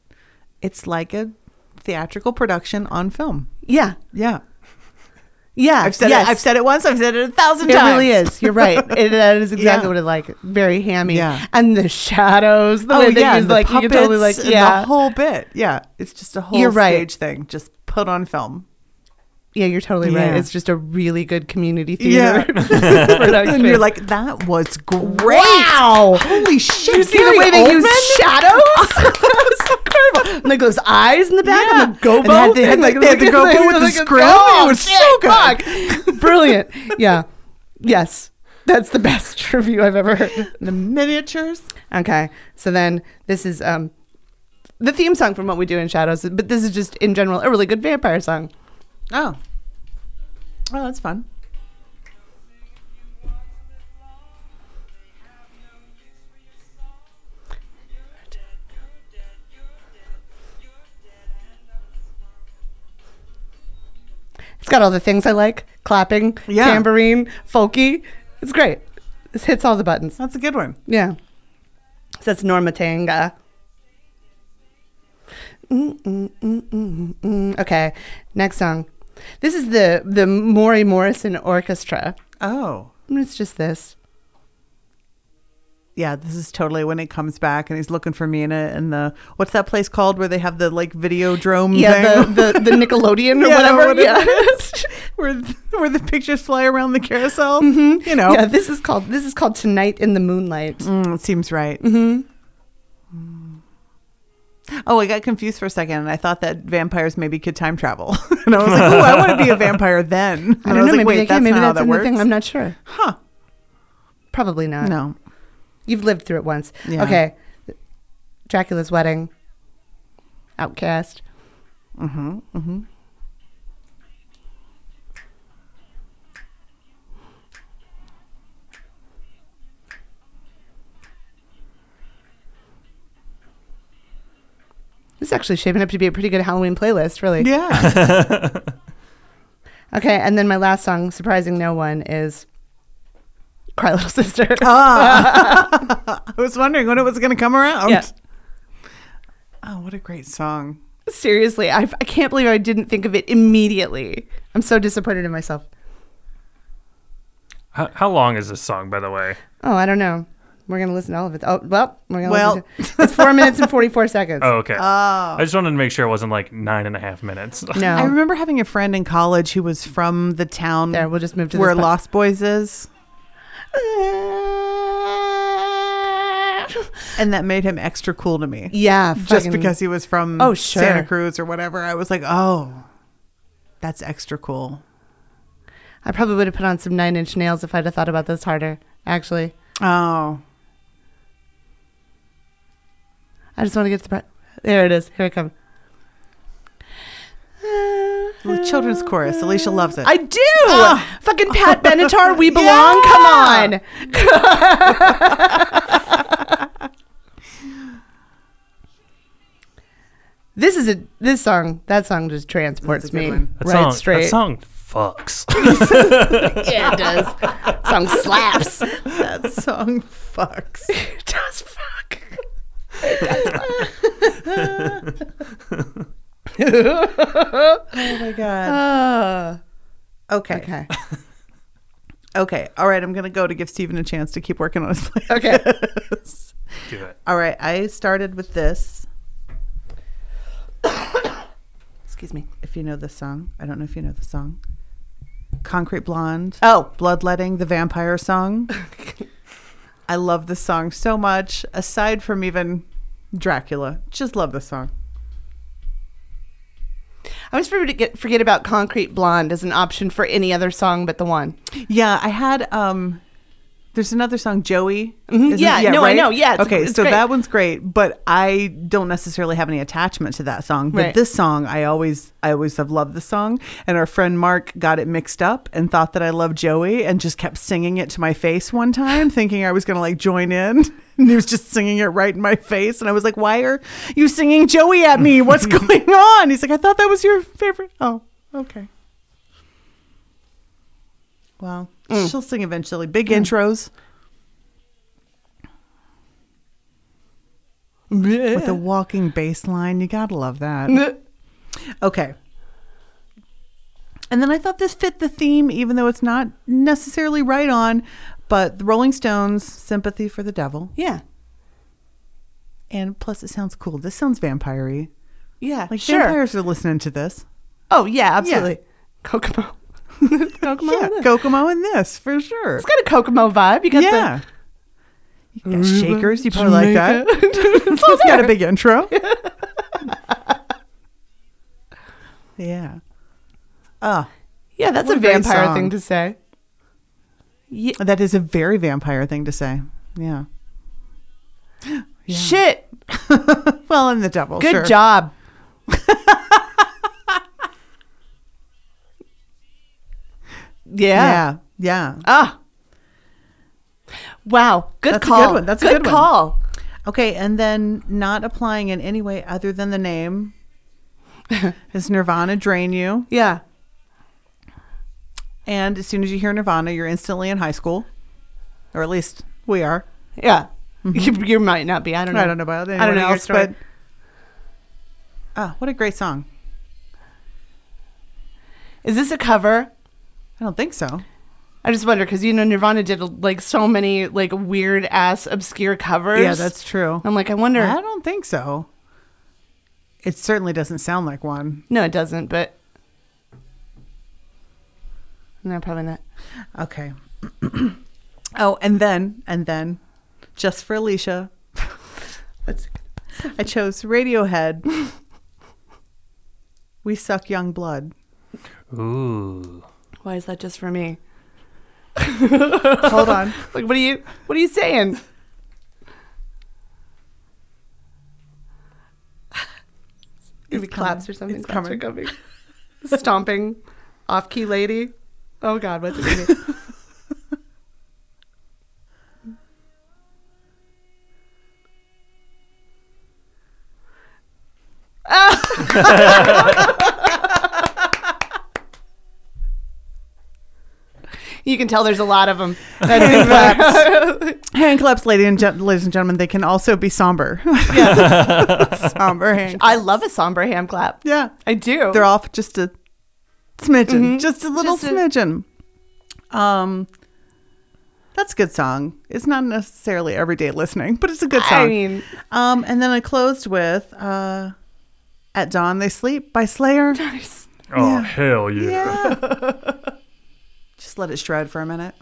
It's like a theatrical production on film. Yeah, Yeah. yeah. I've said yes. it. I've said it once. I've said it a thousand It times. really is. You're right. It, that is exactly Yeah. what I like. Very hammy. Yeah. And the shadows. The oh way they yeah, use, and the like you can totally like puppets and yeah, the whole bit. Yeah, it's just a whole You're right. stage thing, just put on film. yeah. You're totally Yeah. right. It's just a really good community Yeah. theater. production. And you're like, that was great. Wow. Holy shit! you see the Gary way they use Oldman? shadows? that was incredible. And like those eyes in the back Yeah. and the gobo. And they had to- thing, and like, they had to look go at- up with look the at scroll. gobo. It was so Shit, "Oh, fuck. Brilliant. Yeah. Yes. That's the best review I've ever heard. The miniatures. Okay. So then this is um the theme song from What We Do in Shadows, but this is just in general a really good vampire song. Oh, oh, that's fun. It's got all the things I like: clapping, Yeah. tambourine, folky. It's great. This hits all the buttons. That's a good one. Yeah. So that's Norma Tanga. Mm-mm-mm-mm-mm. Okay, next song. This is the the Maury Morrison Orchestra. Oh, It's just this. yeah. This is totally when it comes back, and he's looking for Mina. And the what's that place called where they have the like videodrome? Yeah, thing? the, the, the Nickelodeon or Yeah, whatever. what it yeah. is. where th- where the pictures fly around the carousel. You know, Mm-hmm. yeah, this is called this is called Tonight in the Moonlight. Mm, it seems right. Mm-hmm. Oh, I got confused for a second, and I thought that vampires maybe could time travel, and I was like, "Oh, I want to be a vampire then." And I don't was know. like, maybe "Wait, they that's can. Maybe not that's how in that the thing. works." I'm not sure. Huh? Probably not. No. You've lived through it once. Yeah. Okay. Dracula's wedding. Outcast. Mm-hmm, This is actually shaping up to be a pretty good Halloween playlist, really. Yeah. Okay, and then my last song, surprising no one, is "Cry Little Sister." Oh, Ah. I was wondering when it was going to come around. Yeah. Oh, what a great song! Seriously, I, I can't believe I didn't think of it immediately. I'm so disappointed in myself. How, how long is this song, by the way? Oh, I don't know. We're gonna listen to all of it. Oh, well, we're gonna. Well. listen to, it's four minutes and forty-four seconds. Oh, okay. I just wanted to make sure it wasn't like nine and a half minutes. No, I remember having a friend in college who was from the town There, we'll just move to this where part. Lost Boys is, and that made him extra cool to me. yeah, just fucking- because he was from Oh, sure. Santa Cruz or whatever. I was like, oh, that's extra cool. I probably would have put on some nine-inch nails if I'd have thought about this harder. Actually, Oh, I just want to get to the part. There it is. Here I come. The children's chorus. Alicia loves it. I do. Fucking Pat Benatar, we belong. Come on. this is a this song. That song just transports good me one. That right song, straight. That song fucks. Yeah, it does. song slaps. that song fucks. It does fuck. Oh my god. Uh, Okay. Okay. okay. All right. I'm gonna go to give Steven a chance to keep working on his play. Okay. Do it. All right. I started with this. Excuse me. If you know this song, I don't know if you know the song. Concrete Blonde. Oh. Bloodletting, the vampire song. I love this song so much. Aside from even Dracula, just love this song. I always forget, get- forget about Concrete Blonde as an option for any other song but the one. Yeah, I had um there's another song, Joey. isn't- Yeah, no, I know. Yeah, it's- Okay, it's so great. that one's great, but I don't necessarily have any attachment to that song. But Right. this song, I always, I always have loved the song. And our friend Mark got it mixed up and thought that I loved Joey, and just kept singing it to my face one time, thinking I was gonna like join in. And he was just singing it right in my face, and I was like, "Why are you singing Joey at me? What's going on?" He's like, "I thought that was your favorite." Oh, okay. Well, she'll sing eventually. Big intros. With a walking bass line. You gotta love that. Okay. And then I thought this fit the theme, even though it's not necessarily right on, but the Rolling Stones, Sympathy for the Devil. Yeah. And plus, it sounds cool. This sounds vampire y. Yeah. Like, sure. vampires are listening to this. Oh, yeah, absolutely. Kokomo. Kokomo. Yeah, It's Kokomo and this, for sure. got a Kokomo vibe. You got yeah. You got shakers. You probably like that. Jamaica. it's got a big intro. yeah. Oh, the. Yeah, that's What a a great vampire song. thing to say. that is a very vampire thing to say. Yeah. Shit. Well, and the devil. Good sure. job. yeah. Yeah. Yeah. Ah. Wow. Good That's a good call. one. That's a good one. call. Okay, and then not applying in any way other than the name. is Nirvana drain you? Yeah. And as soon as you hear Nirvana, you're instantly in high school, or at least we are. Yeah. You, you might not be. I don't know. Mm-hmm. I don't know about anyone I don't know your else, story. but ah, what a great song! Is this a cover? I don't think so. I just wonder because you know Nirvana did like so many like weird ass obscure covers. Yeah, that's true. I'm like, I wonder. I don't think so. It certainly doesn't sound like one. No, it doesn't. But no, probably not. Okay. oh, and then and then, just for Alicia, I chose Radiohead. we suck young blood. Ooh. Why is that just for me? Hold on. Like, what are you? What are you saying? Maybe claps or something. It's claps are coming. Stomping, off key lady. Oh God, what's it gonna be? You can tell there's a lot of them. Hand claps. hand claps, ladies and, gen- ladies and gentlemen. They can also be somber. somber hand. I love a somber hand clap. Yeah, I do. they're off just a smidgen, Mhm. just a little Just a- smidgen. Um, that's a good song. It's not necessarily everyday listening, but it's a good song. I mean, um, and then I closed with uh, "At Dawn They Sleep" by Slayer. Oh hell yeah. Yeah. Just let it shred for a minute.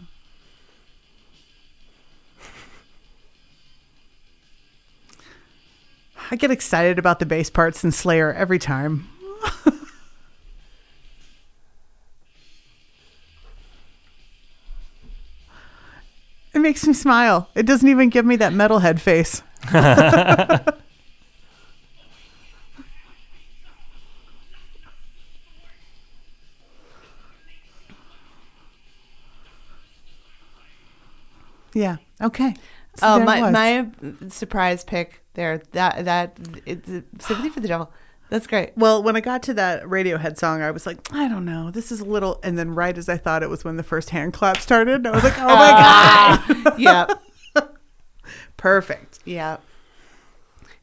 I get excited about the bass parts in Slayer every time. it makes me smile. It doesn't even give me that metalhead face. Yeah. Okay. So Oh, there it my, was. my surprise pick there. That that it, it- sympathy for the devil. That's great. Well, when I got to that Radiohead song, I was like, I don't know, this is a little. And then right as I thought it was when the first hand clap started, and I was like, oh my god, yeah, perfect. yeah.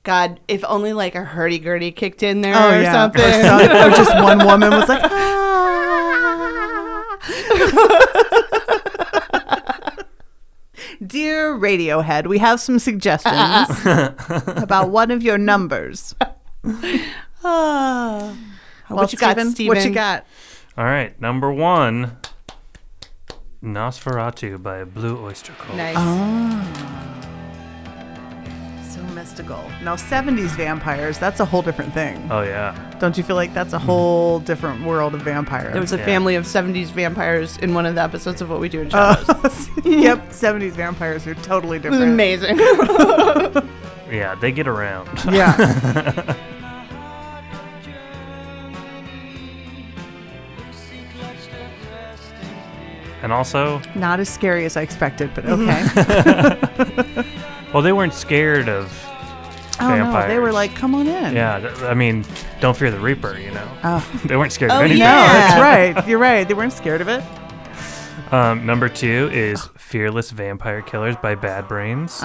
God, if only like a hurdy gurdy kicked in there Oh or yeah, something. Or, some- or just one woman was like, ah. Dear Radiohead, we have some suggestions Uh-uh. about one of your numbers. Ah. How What about you got, What you Steven? got? All right, number one, Nosferatu by Blue Oyster Cult. nice. So mystical. Now, 70s vampires, that's a whole different thing. Oh yeah, Don't you feel like that's a whole different world of vampires? There was a Yeah. family of '70s vampires in one of the episodes of What We Do in Shadows. Uh, yep, 70s vampires are totally it was different. amazing. yeah, they get around. Yeah. and also, Not as scary as I expected, but Mm-hmm. okay. well, they weren't scared of oh, vampires. no. They were like, come on in. yeah, th- I mean, don't fear the Reaper, you know. Oh. they weren't scared Oh, of anything. No, yeah. that's right. You're right. They weren't scared of it. Um, number two is Fearless Vampire Killers by Bad Brains. Oh.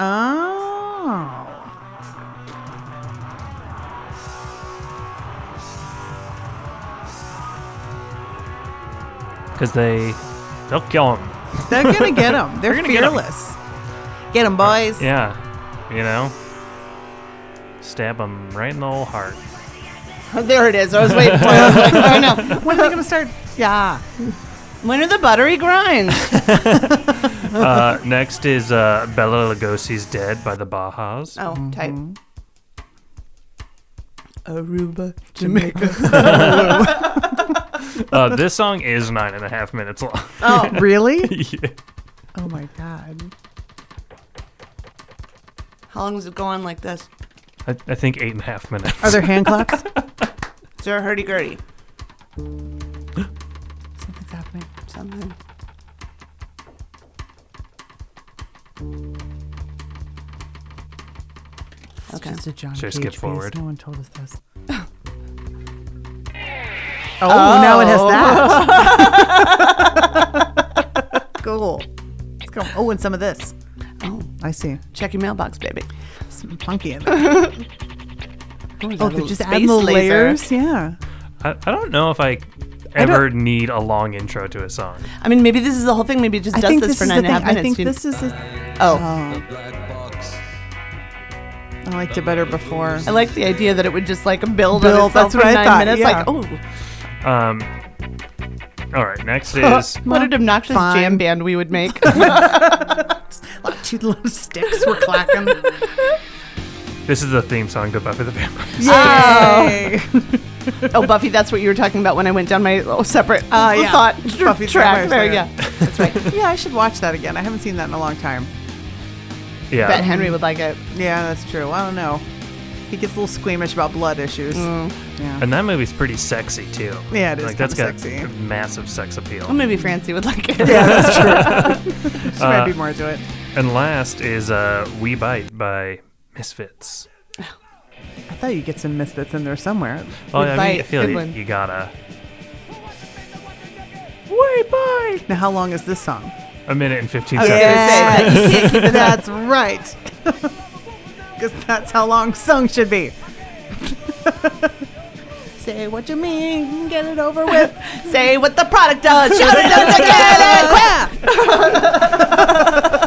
because they they'll kill him. They're going to get them. They're gonna get 'em. fearless. Get them, boys. Yeah, you know, stab him right in the old heart. Oh, there it is. I was waiting for it. I was like, oh no. When are they going to start? Yeah. When are the buttery grinds? Uh, next is uh, Bella Lugosi's Dead by the Bajas. Oh, tight. Aruba, Jamaica. Uh, this song is nine and a half minutes long. oh, really? yeah. Oh, my God. How long does it go on like this? I, I think eight and a half minutes. Are there hand claps? Is there a hurdy gurdy? Something's happening. Something. Okay. Just a John Should I Cage skip face. forward? No one told us this. oh, now it has that. cool. Let's go. Oh, and some of this. Oh, I see. check your mailbox, baby. Some funky in there. oh, they're just adding space little laser. layers. Yeah. I, I don't know if I ever need a long intro to a song. I mean, maybe this is the whole thing. Maybe it just I does think this, this for is nine the and a half thing. I think minutes. this is. A, dude. oh, oh, I liked it better before. I like the idea that it would just like build. on Build, itself that's for what I nine thought, Minutes, yeah. like, oh, Um, all right, next is what an obnoxious Fine. jam band we would make. Two little sticks were clacking. this is the theme song to Buffy the Vampire. Yay! oh, Buffy, that's what you were talking about when I went down my oh, separate Ah, yeah. thought Buffy the Vampire track. There, Slayer. yeah. That's right. yeah, I should watch that again. I haven't seen that in a long time. Yeah, Bet Henry would like it. Yeah, that's true. I don't know. He gets a little squeamish about blood issues. Yeah. and that movie's pretty sexy too. Yeah, it is Like that's kinda got sexy. Um, massive sex appeal. Well, maybe Francie would like it. There might be more to it. And last is uh, "We Bite" by Misfits. I thought you'd get some misfits in there somewhere. Oh, I mean, I Bite, feel good you, one. you gotta Wait, bye. Now, how long is this song? a minute and fifteen Oh, was seconds. gonna say that. You can't keep it up. That's right. Because that's how long song should be. Say what you mean, get it over with. Say what the product does. Shout it out to get it.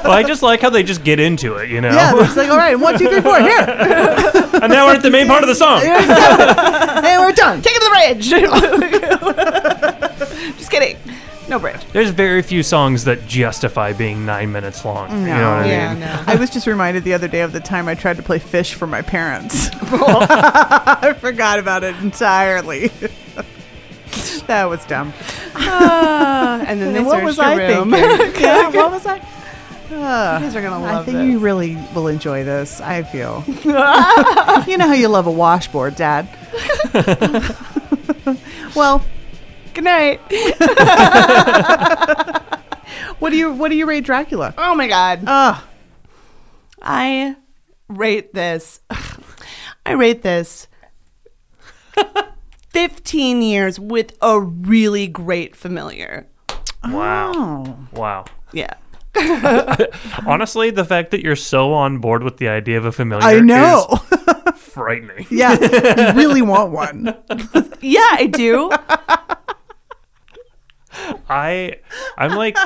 Well, I just like how they just get into it, you know. Yeah, it's like, all right, one, two, three, four, here. and now we're at the main part of the song. And we're done. Take it to the bridge. Just kidding. No bridge. There's very few songs that justify being nine minutes long. You know what I mean? no. I was just reminded the other day of the time I tried to play fish for my parents. I forgot about it entirely. that was dumb. and then they what was I room. thinking? yeah, what was I? Uh, guys are gonna I love think this. you really will enjoy this. I feel. you know how you love a washboard, Dad. well, Good night. What do you What do you rate Dracula? Oh my god. Ugh. I rate this. I rate this 15 years with a really great familiar. Wow. Oh. Wow. Yeah. Honestly, the fact that you're so on board with the idea of a familiar I know. is frightening. yeah. You really want one. Yeah, I do. I I'm like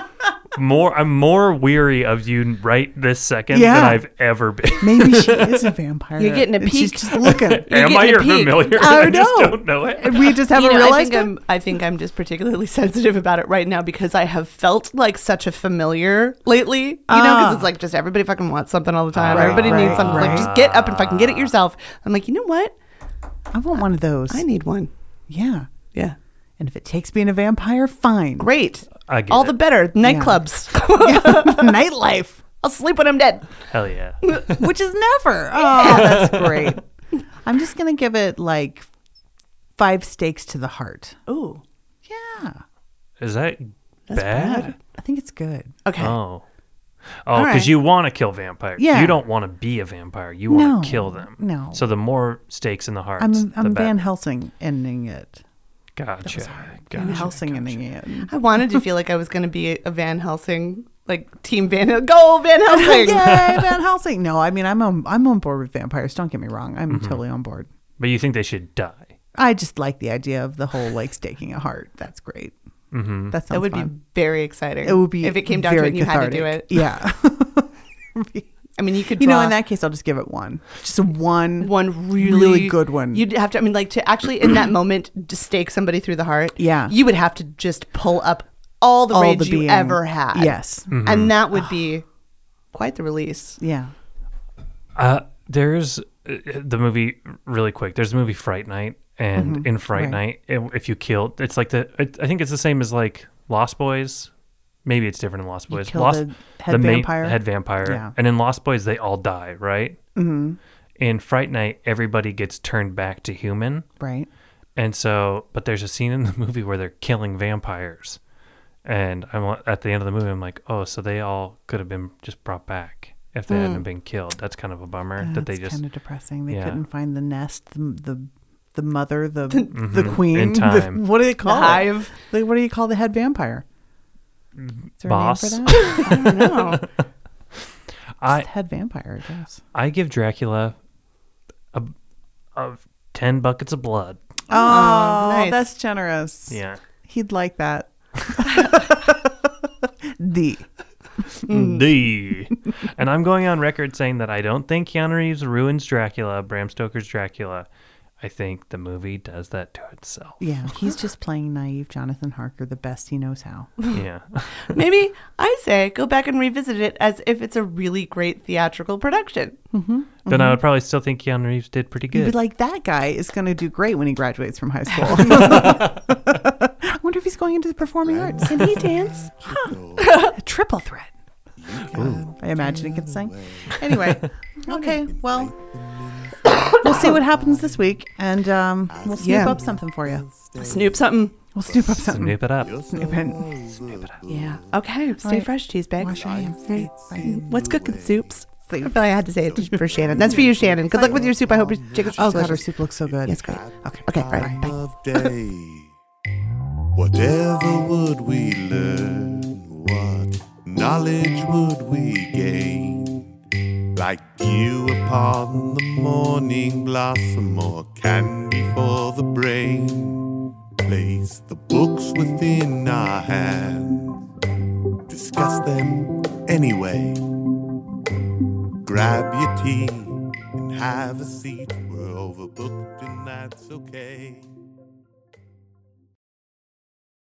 more I'm more weary of you right this second than Yeah. I've ever been. Maybe she is a vampire. You're getting a And She's peek. just looking. You're Am getting a I your peek. familiar? I just know. don't know it. And we just You haven't know, I realized think I'm I think I'm just particularly sensitive about it right now because I have felt like such a familiar lately. You know, because it's like just everybody fucking wants something all the time. Right, everybody Ah. right, needs something. Like just get up and fucking get it yourself. I'm like, you know what? it. I want one of those. I need one. yeah. Yeah. And if it takes being a vampire, fine. Great. I get All it. the better. Nightclubs. Nightlife, I'll sleep when I'm dead. Hell yeah. which is never. Oh, that's great. I'm just gonna give it like five stakes to the heart. Ooh. Yeah, Is that bad? I think it's good. Okay. Oh. Oh, because right. you want to kill vampires. Eh. Yeah. You don't want to be a vampire. You want No, to kill them. no. So the more stakes in the heart. I'm I'm the bet- Van Helsing ending it. Gotcha. Van Gotcha. Helsing ending it. I wanted to feel like I was going to be a Van Helsing, like Team Van Helsing. Go, Van Helsing. Yay, Van Helsing. No, I mean I'm on, I'm on board with vampires. Don't get me wrong. I'm Mm-hmm. totally on board. But you think they should die. I just like the idea of the whole like staking a heart. That's great. Mm-hmm. That sounds That would fun. be very exciting. it would be if it came down to it very and you had to do cathartic. it. Yeah. I mean, you could you draw know, in that case, I'll just give it one. Just one. one really, really good one. You'd have to. I mean, like to actually in that moment to stake somebody through the heart. Yeah. You would have to just pull up all the All rage the you being. ever had. Yes. Mm. Mm-hmm. And that would be quite the release. Yeah. Uh, there's uh, the movie really quick. There's the movie Fright Night, and in Fright Mm-hmm. right. Night, i- if you kill, it's like the. It, I think it's the same as like Lost Boys. Maybe it's different in Lost Boys. kill Lost the head main- vampire? head vampire. Yeah. And in Lost Boys, they all die, right? Mm-hmm. In Fright Night, everybody gets turned back to human. Right. And so, but there's a scene in the movie where they're killing vampires, and I'm at the end of the movie. I'm like, oh, so they all could have been just brought back if they Hmm. hadn't been killed. That's kind of a bummer that they just kind of depressing. They yeah. couldn't find the nest, the the, the mother, the the queen. Mm-hmm. In the- time. what do they call it? hive. Like, what do you call the head vampire? Is there Mm-hmm. Boss? A name for that? No. I head vampire, I guess. I give Dracula a, a ten buckets of blood. Oh, nice. that's generous. Yeah. He'd like that. the Hmm. D. and I'm going on record saying that I don't think Keanu Reeves ruins Dracula, Bram Stoker's Dracula. I think the movie does that to itself. yeah, he's just playing naive Jonathan Harker the best he knows how. Yeah. Maybe I say go back and revisit it as if it's a really great theatrical production. then I would probably still think Keanu Reeves did pretty Mm-hmm. You'd be good. like, that guy is going to do great when he graduates from high school. I wonder if he's going into the performing arts. Can he dance? Huh. A triple threat. I imagine he can sing. Anyway, okay, well, we'll see what happens this week, and um, we'll snoop Yeah. up something for you. Snoop something. We'll snoop up something. Snoop it up. Snoop and Yeah. Okay. Stay right. fresh, cheese bags. wash your hands. Right. Bye. What's cooking soups? I feel like I had to say it just for Shannon. That's for you, Shannon. Good luck with your soup. I hope your chicken's Oh, God, her delicious. soup looks so good. Yes, great. Okay. Okay, all right. Bye. of day. Whatever would we learn? What knowledge would we gain? Like dew upon the morning blossom or candy for the brain. Place the books within our hands. Discuss them anyway. Grab your tea and have a seat. We're overbooked and that's okay.